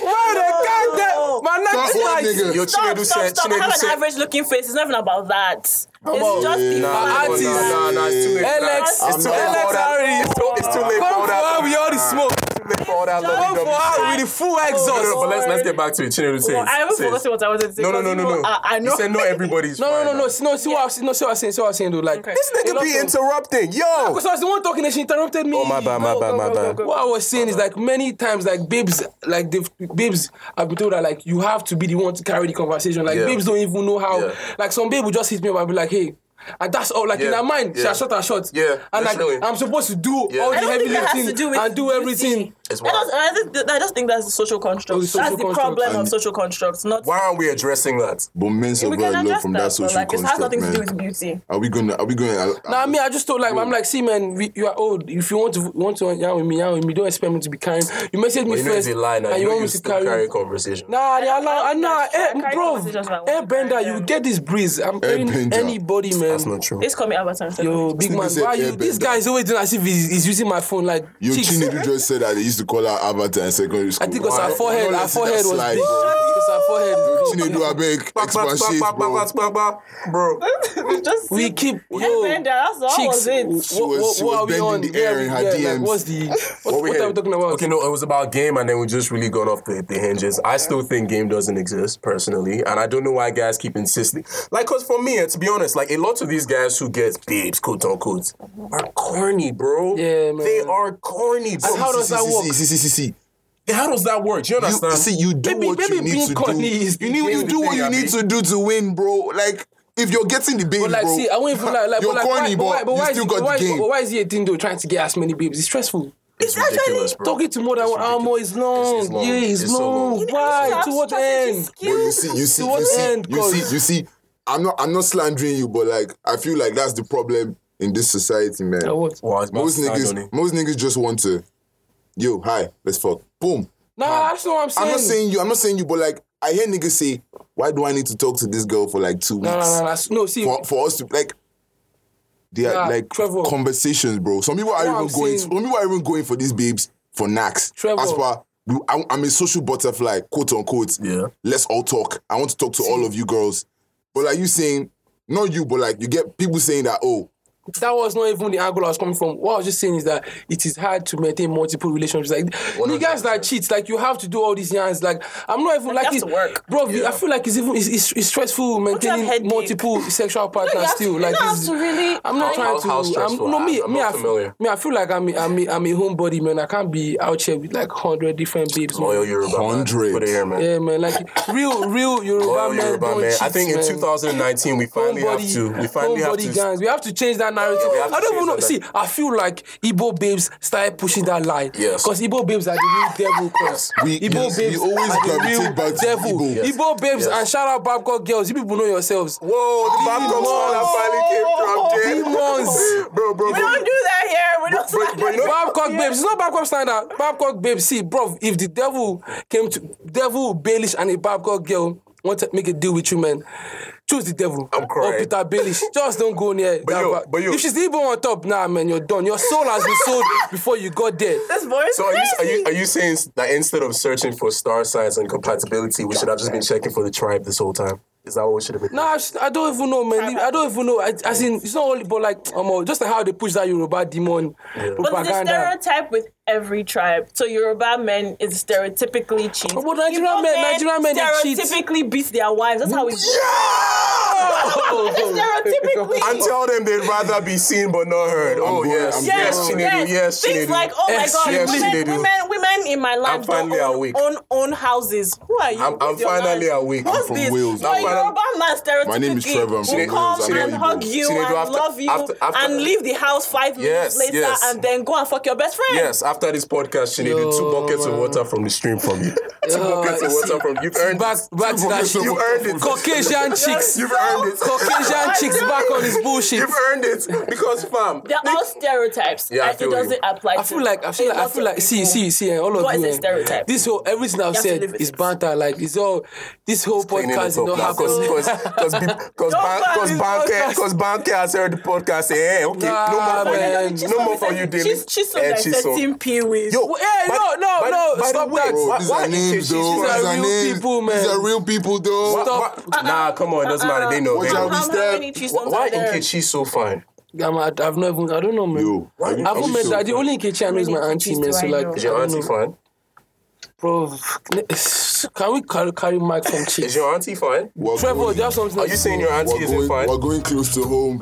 S2: Why the goddamn... My neck
S4: Cut
S2: is
S4: one
S2: like...
S4: nigga.
S1: Yo,
S3: Stop,
S1: Chinedu
S3: stop,
S1: said.
S3: stop. I
S1: Chinedu
S3: have an
S1: said.
S3: average looking face. It's not even about that. It's
S1: on.
S3: just people.
S1: Nah, nah,
S2: Aunties.
S1: nah, nah, it's too late.
S2: Alex,
S1: Nah, it's too late for all that.
S2: Alex
S1: It's too- It's too late for all
S2: Come for
S1: that.
S2: her with all the smoke.
S1: It's too late for all that. lovey-dovey
S2: Come for her
S1: shit.
S2: with the full
S1: No, no,
S2: exhaust.
S1: but let's let's get back to it. Chinedu says.
S3: Well, I haven't
S1: says-
S3: forgotten what I wanted to say.
S1: No, no, no, no,
S3: because
S1: no.
S3: people are- I know.
S1: He said no. Everybody's
S2: No, no, no, no.
S1: fine.
S2: See, no, see what I see. No, see what I saying. See what I saying. Dude, like
S3: Okay.
S1: This nigga be interrupting. Yo.
S2: Because I was the one talking and she interrupted me.
S1: Oh, my bad, my
S3: Go,
S1: bad,
S3: go,
S1: my
S3: go, go,
S1: bad.
S3: go.
S2: What I was saying is like many times, like babes, like the babes have been told that like you have to be the one to carry the conversation. Like
S1: Yeah.
S2: babes don't even know how.
S1: Yeah.
S2: Like some babe will just hit me up and be like, hey. And that's all. Like in
S1: Yeah.
S2: her mind, she
S1: Yeah.
S2: has shot her shot.
S1: Yeah,
S2: and like
S1: literally.
S2: I'm supposed to do all the
S1: I
S3: I don't
S2: heavy
S3: think that has
S2: lifting
S3: to do with
S2: and do
S3: beauty.
S2: everything.
S1: It's
S3: I
S1: wild.
S3: just, I, just, I just think that's the social construct.
S2: Those social
S3: that's the
S2: constructs.
S3: problem
S4: And-
S3: of social constructs. Not
S1: Why aren't we addressing that?
S4: But men so
S3: we
S4: bad
S3: can
S4: love
S3: address
S4: from
S3: that,
S4: that
S3: but
S4: social
S3: like it has
S4: construct,
S3: nothing to do
S4: man.
S3: with beauty.
S4: Are we gonna? Are we gonna? uh,
S2: Nah, I mean, I just thought like I'm like, see, man, we, you are old. If you want to want to yarn with me, yarn with me. Don't expect me to be carrying. You message me
S1: You know it's
S2: first,
S1: a lie now.
S2: and you
S1: know
S2: want me
S1: you
S2: to
S1: still
S2: carry.
S1: carry a conversation.
S2: Nah, they
S3: I don't-
S2: allow.
S3: I
S2: I
S3: don't
S2: nah,
S3: think I
S2: eh,
S3: carry
S2: bro,
S3: conversations like
S2: eh,
S3: what
S2: Bender,
S3: I
S2: you
S3: am.
S2: get this breeze. I'm telling
S4: Bender.
S2: anybody, man.
S1: That's not true.
S3: It's coming out of time.
S2: Yo, big
S4: Nigga
S2: man,
S4: said
S2: why
S4: Air
S2: you? This
S4: Bender.
S2: guy is always doing as if he's, he's using my phone like
S4: Yo,
S2: cheeks.
S4: Chinedu just said that they used to call her Avatar in secondary school.
S2: I think because
S4: Why?
S2: her forehead,
S4: Don't let
S2: her
S4: it
S2: forehead was
S4: slide,
S2: big.
S4: bro.
S2: Because her
S4: Yo,
S2: forehead.
S4: Chinedu, I beg,
S1: Back, back,
S4: expand
S1: back,
S4: shit,
S1: back,
S4: bro.
S1: back, back, back, back. Bro.
S3: just
S2: We keep yo,
S3: Yo, Bender, that's all
S2: cheeks.
S3: was it.
S2: What,
S4: She was-
S2: what-
S4: she
S2: what
S4: was
S2: are we
S4: bending
S2: on?
S4: the
S2: Yeah,
S4: air in her
S2: yeah, like,
S4: DMs.
S2: what's the? What,
S1: What
S2: what,
S1: we
S2: are we
S1: had-
S2: talking about?
S1: Okay, no, it was about game, and then we just really gone off the, the hinges. I still think game doesn't exist personally, and I don't know why guys keep insisting. Like, cause for me, eh, to be honest, like a lot of these guys who get babes, quote unquote, are corny, bro.
S2: Yeah, man.
S1: They are corny, bro.
S2: And how does
S4: See,
S2: that
S4: see,
S2: work?
S4: See, see, see, see, see.
S1: How does that work? Do you
S4: You,
S1: understand?
S4: see, you do
S2: Maybe-
S4: what
S2: maybe
S4: you need
S2: being
S4: to do.
S2: corny is
S4: You need,
S2: being
S4: you do what you
S1: corny.
S4: need to do to win, bro. Like, if you're getting the baby,
S2: But like,
S4: bro.
S2: see, I won't even like, like, but
S4: You're
S2: like, why,
S4: corny, but
S2: why, but
S4: you
S2: why, is
S4: still
S2: he,
S4: got the
S2: why,
S4: game.
S2: but why is he a thing though? Trying to get as many babes, it's stressful.
S1: it's ridiculous, bro.
S2: Talking to more than one hour more is long.
S1: it's long.
S2: Yeah, it's,
S1: It's so
S2: long.
S1: long.
S2: Why? To what end?
S4: But you see, you see,
S2: To what
S4: you see,
S2: end,
S4: you see,
S2: cause-
S4: you see. I'm not, I'm not slandering you, but like, I feel like that's the problem in this society, man.
S2: Like what?
S1: Wow, it's
S4: Most
S1: bad sound on
S4: niggas,
S1: it.
S4: most niggas just want to, yo, hi, let's fuck, boom.
S2: Nah, that's not what I'm saying.
S4: I'm not saying you, I'm not saying you, but like, I hear niggas say, why do I need to talk to this girl for like two weeks?
S2: Nah, nah, nah, nah. No, see,
S4: for, for us to like they are
S2: Nah,
S4: like
S2: Trevor.
S4: conversations, bro. Some people are
S2: What
S4: even
S2: I'm saying-
S4: going. Some people are even going for these babes for knacks.
S2: Trevor.
S4: As far I'm, I'm a social butterfly, quote unquote.
S1: Yeah.
S4: Let's all talk. I want to talk to all of you girls. But like you saying, not you, but like you get people saying that, oh,
S2: that was not even the angle I was coming from. What I was just saying is that it is hard to maintain multiple relationships. Like niggas that cheat, like you have to do all these yarns. Like I'm not even
S3: Like,
S2: like,
S3: you have
S2: it-
S3: to work.
S2: bro. I feel like it's even it's, it's, it's stressful
S3: you have
S2: maintaining
S3: headache?
S2: multiple sexual partners
S3: have to-
S2: still.
S3: you
S2: like
S3: don't
S2: this
S3: have
S2: is-
S3: to really-
S2: I'm not
S1: How-
S2: trying
S1: how-
S2: to.
S1: how
S2: I'm,
S1: stressful?
S2: no, me,
S1: I'm
S2: me,
S1: not
S2: I, f-
S1: familiar.
S2: me, I feel like I'm, a- I'm, a- I'm a homebody man. I can't be out here with like hundred different babes. man.
S1: Loyal Yoruba. man.
S4: Hundred.
S1: Put it here, man.
S2: Yeah, man. Like real, real Yoruba
S1: Loyal
S2: men
S1: Yoruba,
S2: don't
S1: man.
S2: cheat,
S1: I think in
S2: man.
S1: 2019 we finally have
S2: Homebody-
S1: to. We finally have
S2: homebody
S1: to.
S2: gangs. We have to change that narrative.
S1: We have to
S2: I don't
S1: change
S2: even know.
S1: that.
S2: See, I feel like Igbo babes started pushing that line.
S1: Yes.
S2: Because Igbo babes are the real devil. Cause
S4: We-
S2: Igbo
S4: yes, we
S2: are
S4: always
S2: the
S4: gravitate
S2: real
S4: back to
S2: devil.
S4: Igbo. Yes.
S2: Igbo babes
S1: Yes.
S2: and shout out Babcock girls. You people know yourselves.
S1: Whoa, the Babcock
S2: Demons.
S1: father finally came from
S2: Demons.
S1: there. Bro, bro,
S3: We
S1: bro.
S3: don't do that here. We don't.
S1: But, but you know,
S2: Babcock babes, it's not Babcock standard. Babcock babes, see, bro, if the devil came to devil, Baelish, and a Babcock girl want to make a deal with you, man, Choose the devil.
S1: I'm crying.
S2: Or Peter Baelish. Just don't go near that.
S1: yo,
S2: va-
S1: but yo-
S2: if she's even on top, nah, man, you're done. Your soul has been sold before you got there.
S3: This voice.
S1: So are you, are
S3: crazy.
S1: you are you saying that instead of searching for star signs and compatibility, we should have just been checking for the tribe this whole time? Is that what we should have been?
S2: Nah, I sh- I don't even know, man. I don't even know. I, as in, it's not only, but like, um, uh, just like how they push that Yoruba demon
S3: But the
S2: propaganda.
S3: stereotype with every tribe. So Yoruba men is stereotypically cheat.
S2: But Nigerian men- Nigerian men, they cheat.
S3: stereotypically beat their wives. That's how we.
S2: Stereotypically.
S1: And tell them they'd rather be seen but not heard. Oh
S4: going-
S1: yes,
S4: I'm
S1: yes,
S3: Yes,
S1: Chinedu,
S3: yes,
S1: yes,
S3: Things
S1: Chinedu. Eh,
S3: like, oh my
S2: Yes,
S3: god,
S1: yes, they
S3: women,
S1: do.
S3: women, women in my land don't
S1: finally
S3: own,
S1: awake.
S3: own own houses. Who are you?
S1: I'm- I'm
S3: with your
S1: finally
S3: land?
S1: awake. I'm
S3: What's
S4: from
S3: this?
S4: Wales.
S3: You're
S4: I'm
S3: a
S1: finally-
S3: Yoruba man stereotypically.
S4: My name is Trevor. I'm from
S3: will
S4: Wales.
S3: come
S4: I'm
S3: and
S4: Igbo.
S3: hug you
S1: Chinedu,
S3: and
S1: after-
S3: love you
S1: after- after-
S3: and leave the house five minutes
S1: Yes,
S3: later
S1: yes.
S3: and then go and fuck your best friend.
S1: Yes, after this podcast, Chinedu, two buckets of water from the stream from you. two buckets of water from you. You've earned
S2: Back,
S1: it.
S2: back to that
S1: You earned
S2: shit.
S1: it.
S2: Caucasian chicks.
S1: You've earned it.
S2: Caucasian chicks
S3: know.
S2: back on his bullshit.
S1: You've earned it because fam.
S3: They're all stereotypes.
S1: Yeah, I
S3: and
S1: feel
S3: it
S1: you.
S3: doesn't apply.
S2: I feel like I feel like I feel like see see see eh, all of
S3: What
S2: you.
S3: is a
S2: eh,
S3: stereotype?
S2: This whole everything I've
S3: have to
S2: said
S3: live with
S2: is
S3: it.
S2: banter. Like it's all this whole podcast is not happening.
S1: because because because
S3: ban this
S1: Banker
S2: podcast.
S1: because Banker has heard the podcast. Say, hey, okay,
S2: Nah,
S1: no more,
S2: man.
S1: for you. no more for you, Daily.
S3: She's, she's so like
S1: so-
S3: 13 peewees.
S1: Yo,
S2: Hey, eh, no, no,
S1: by-
S2: no,
S1: by the
S2: stop
S1: way,
S2: that.
S4: Bro,
S1: why-
S4: these
S1: why
S4: are
S1: is she-
S4: names,
S1: she's- she's
S4: though. These
S2: a
S4: are
S2: real
S4: names.
S2: people, man.
S4: These are real people, though.
S2: Stop. Uh-uh.
S1: Why- Nah, come on, doesn't matter. They know.
S4: Watch
S1: They
S4: out,
S1: know.
S4: we
S3: how, how
S4: step.
S3: many threesomes
S1: Why
S3: are there?
S1: Nkechi so fine?
S2: I'm, I, I've not even I don't know man.
S4: Yo, are you-
S2: I've
S4: are
S2: not
S4: you
S2: met
S4: sure?
S2: that. The only Nkechi I know is my
S3: How many
S2: auntie
S3: Nkechis
S2: man.
S3: do
S2: So
S3: I
S2: like
S3: know?
S1: Is
S2: I
S1: your
S2: don't
S1: auntie
S2: know.
S1: fine?
S2: Bro, can we carry, carry Mike from
S1: Is
S2: chicks?
S1: your auntie fine?
S4: We're
S2: Trevor,
S4: going-
S2: do you have something?
S1: Are you saying your auntie
S4: we're
S1: isn't
S4: going,
S1: fine?
S4: we're going close to home.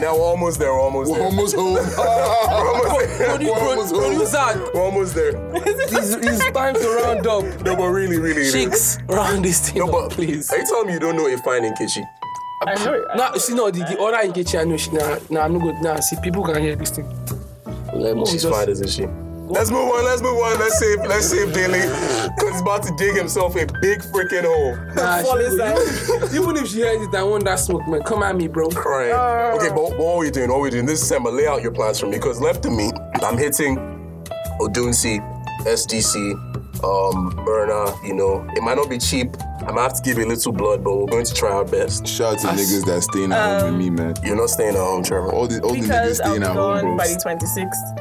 S1: Now we're almost there. We're almost
S4: We're
S1: there.
S4: almost home.
S1: We're almost there.
S2: Produ- pro- Producer,
S1: We're almost there.
S2: it's, it's time to round up.
S1: No, but really, really, really.
S2: Chicks, round this thing
S1: No,
S2: up,
S1: but
S2: please.
S1: Are you telling me you don't know a fine Nkechi?
S3: I know it.
S2: Nah, see, no, the, the other Nkechi I know, she, nah, nah, I'm not good. Nah, see, people can hear this thing. Let me
S1: She's
S2: just-
S1: fine, isn't she? Let's move on. Let's move on. Let's save. Let's save Daily because he's about to dig himself a big freaking hole.
S2: Nah, she
S3: Fall
S2: good.
S3: inside.
S2: Even if she hears it, I want that smoke, man. Come at me, bro.
S1: Crying. okay, but what are we doing? What are we doing? This is Emma. Lay out your plans for me because left to me, I'm hitting Odunsi, SDC, um, Burner. You know, it might not be cheap. I'm gonna have to give a little blood, but we're going to try our best.
S4: Shout out to niggas that staying at home with me, man.
S1: You're not staying at home, Trevor.
S4: All the all the niggas
S3: Because I'll be
S4: staying at home,
S3: gone
S4: bro.
S3: by the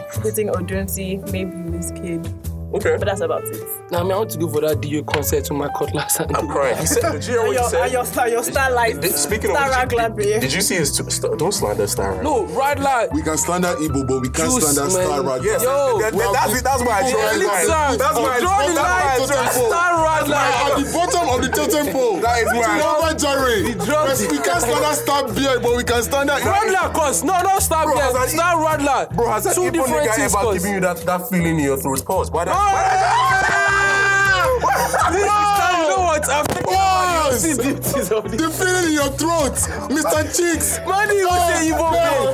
S3: 26th. Hitting Odunsi, maybe Wizkid.
S1: okay.
S3: But that's about it.
S2: Nah, man, I want to go for that DU concert with my cutlass. And
S1: I'm crying. You said, did you hear
S3: And
S1: what you
S3: your,
S1: said?
S3: and your star, your star lights.
S1: Did- Speaking of,
S3: star
S1: which,
S3: Raglan
S1: did,
S3: beer.
S1: did you see his? Two, star, don't slander Star.
S2: No, right like.
S4: We can stand that Igbo, but we can't
S2: Juice,
S4: stand that Star
S2: man.
S4: Raglan.
S1: Yes,
S2: Yo,
S1: that- that- that's it. That's why I
S2: Hey,
S1: joined.
S2: listen,
S1: That's why I
S4: draw
S1: joined.
S4: the
S1: That's why I
S4: line.
S1: joined.
S2: Star right
S4: At
S2: like.
S4: the bottom of the totem pole.
S1: That is where I-
S4: Number Jerry.
S2: dropped
S4: Yes,
S2: it.
S4: We can't stand that Star beer, but we can stand that.
S2: Radler, cause no, no, star
S1: Bro,
S2: there.
S1: has an-
S2: Star Radler.
S1: Bro, has that
S2: two
S1: Igbo
S2: different
S1: nigga
S2: things,
S1: ever
S2: cause.
S1: given you that, that feeling in your throat? Pause. Why that?
S2: This is time, you know what? After
S4: Pause.
S2: the duties of this.
S4: The feeling in your throat, Mr. Cheeks.
S2: Money, you say you
S4: no.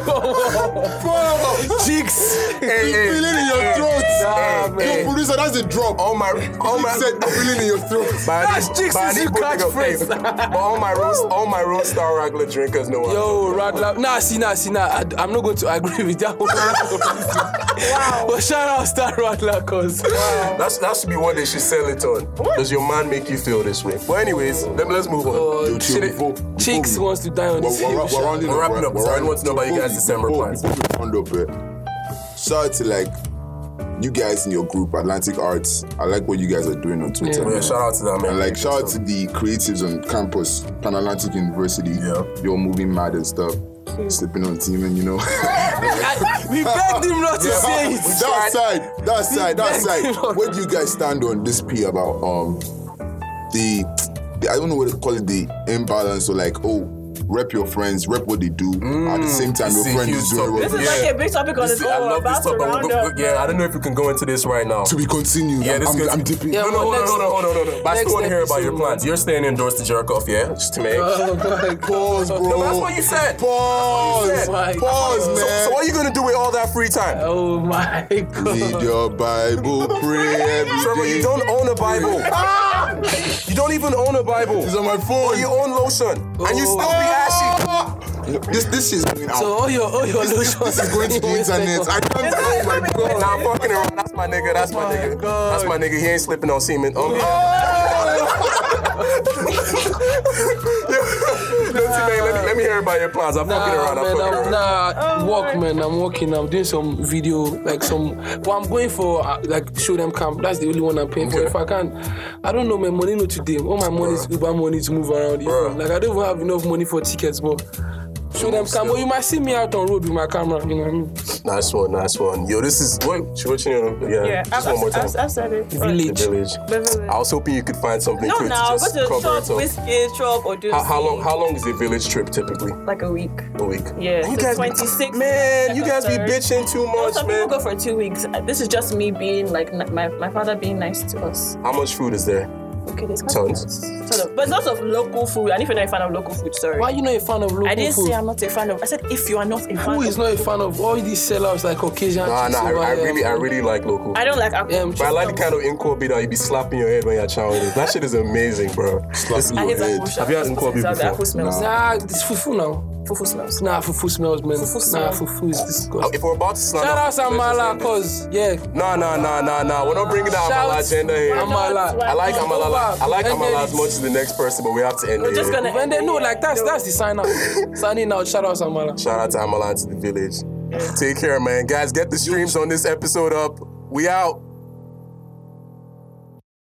S4: Fuck.
S2: Cheeks.
S1: Hey, hey,
S4: The feeling in your
S1: hey,
S4: throat.
S1: hey,
S2: Nah,
S1: hey.
S4: Yo, producer, that's a drop.
S1: All my, all
S4: You
S1: my.
S4: said the feeling in your throat.
S1: by
S2: That's
S1: the-
S2: chicks
S1: by
S2: is
S1: the
S2: his
S1: Igbo nigga,
S2: catchphrase.
S1: hey, But all my roast, all my roast star regular drinkers know. what I'm talking
S2: Yo, Radler. Nah, see, nah, see, nah. I, I'm not going to agree with that one. wow. But shout out Star Radler, cause.
S1: about. That's that should be what they should sell it on. Does your man make you feel this way? But anyways, let, let's move on.
S4: Yo, chill,
S1: Shit,
S4: before- before
S2: Cheeks
S4: we-
S2: wants to die on
S4: We're,
S2: this.
S4: we're,
S2: hill,
S4: we're
S2: sha.
S4: rounding
S1: We're
S4: up.
S1: wrapping up, so I don't want to know about you guys' December plans.
S4: Round up, eh? Shout out to like you guys in your group, Atlantic Arts. I like what you guys are doing on Twitter.
S2: Yeah.
S1: Yeah,
S4: man.
S1: shout out to that man.
S4: And like shout out to the creatives on campus, Pan Atlantic University.
S1: Yeah.
S4: You're moving mad and stuff. Sleeping on team and you know.
S2: I- we begged him not to say it.
S4: that side, that side, that
S2: begged him
S4: side.
S2: not-
S4: Where do you guys stand on this P about um the, the I don't know what to call it, the imbalance or like, oh, rep your friends, rep what they do. At the same time, your
S1: it's Mm, a
S4: friend
S1: huge
S4: is doing
S1: topic.
S4: what
S3: This is
S1: Yeah.
S3: like a big topic on its
S1: See, I
S3: own. We're
S1: love this
S3: about to
S1: stuff, but we'll
S3: round
S1: go,
S3: up.
S1: yeah, I don't know if we can go into this right now.
S4: to be continued.
S1: Yeah,
S4: I'm,
S1: this
S4: I'm,
S1: goes-
S4: I'm dipping.
S2: Yeah,
S1: No, no,
S2: Well,
S1: hold on,
S2: next-
S1: hold on, hold on, hold on. But I
S2: next
S1: still want to hear about
S2: episode,
S1: your plans.
S2: man.
S1: You're staying indoors to jerk off, yeah? Just to make.
S2: Oh my god.
S4: Pause, bro.
S1: No, that's what you said.
S4: Pause.
S1: said.
S2: Like-
S4: Pause,
S1: So,
S4: man.
S1: so what are you gonna do with all that free time?
S2: Oh my
S4: Read
S2: god.
S4: your Bible, pray every
S1: Trevor,
S4: day.
S1: you don't own a Bible. you don't even own a Bible.
S4: It's on my
S1: Or
S4: phone.
S1: you own lotion, and you still be
S4: Oh.
S1: ashy.
S4: ashy. This this shit's going out.
S2: So all your all your
S4: this,
S2: lotions
S4: this is going to the internet. I can't. Oh my god.
S1: Nah, I'm fucking around. That's my nigga. That's my, nigga.
S2: God.
S1: That's my nigga. He ain't slipping on semen. Oh, man, let me, let me hear about your plans. I'm fucking
S2: Nah,
S1: around. I'm
S2: Ah, man,
S1: fucking
S2: I'm,
S1: around.
S3: Oh
S2: nah, work,
S3: my.
S2: man. I'm working. I'm doing some video, like some. Well, I'm going for uh, like show them camp. That's the only one I'm paying for.
S1: Okay.
S2: If I can, I don't know my money no today. All my money is Uber money to move around. You know?
S1: Bruh.
S2: Like I don't even have enough money for tickets, but show them camp. But you might see me out on road with my camera. You know what I mean?
S1: Nice one, nice one. Yo, this is what she watching you. Yeah,
S3: Yeah, I've,
S1: just one more time.
S3: I've, I've said it.
S1: the
S2: Village.
S1: village.
S3: Village.
S1: I was hoping you could find something
S3: No,
S1: cool to
S3: now go
S1: just
S3: to the
S1: cover
S3: shop,
S1: it up.
S3: whiskey shop, or do
S1: How, how long?
S3: something.
S1: How long is a village trip typically?
S3: Like a week.
S1: A week.
S3: Yeah,
S1: You
S3: so
S1: guys,
S3: 26
S1: man,
S3: like
S1: you
S3: a
S1: guys be
S3: third.
S1: bitching too
S3: No,
S1: much,
S3: some
S1: man.
S3: people go for two weeks. Uh, This is just me being like n- my, my father being nice to us.
S1: How much food is there?
S3: Okay, there's quite
S1: Tons.
S3: a lot. Ton of- But it's lots of local food. And if you're not a fan of local food, sorry.
S2: Why you not a fan of local
S3: I didn't
S2: food?
S3: say I'm not a fan of. I said if you are not a fan.
S2: Who
S3: of,
S2: is not a fan of all these sellouts like Caucasian?
S1: Nah,
S2: chicks
S1: nah. I,
S2: over
S1: I
S2: here?
S1: really, I really like local.
S3: I don't like alcohol.
S2: Um,
S1: But I like the kind of inkwell that you be slapping your head when you're chowing it. That shit is amazing, bro.
S4: Slapping
S3: I
S4: your
S3: hate
S4: head.
S3: alcohol.
S1: Have you had
S3: Fufu
S1: Nkwobi
S3: smells,
S1: before?
S3: Alcohol smells.
S2: Nah, it's fufu now.
S3: Fufu smells.
S2: Nah, fufu smells, man. nah,
S3: smell.
S2: fufu is disgusting.
S1: Oh, If we're about to
S2: Shout
S1: slander,
S2: out Samala, cause yeah,
S1: Nah, nah, nah, nah, nah. We're not bringing that Amala
S2: Shout-
S1: agenda here.
S2: Amala.
S1: I like Amala. I like
S2: End
S1: Amala
S2: it.
S1: as much as the next person, but we have to end
S3: We're
S1: it.
S3: just
S1: here.
S3: gonna.
S2: when they know like that's
S3: No.
S2: that's the sign out. Signing out. Shout out Samala.
S1: Shout out to Amala and to the village. Take care, man. Guys, get the streams on this episode up. We out.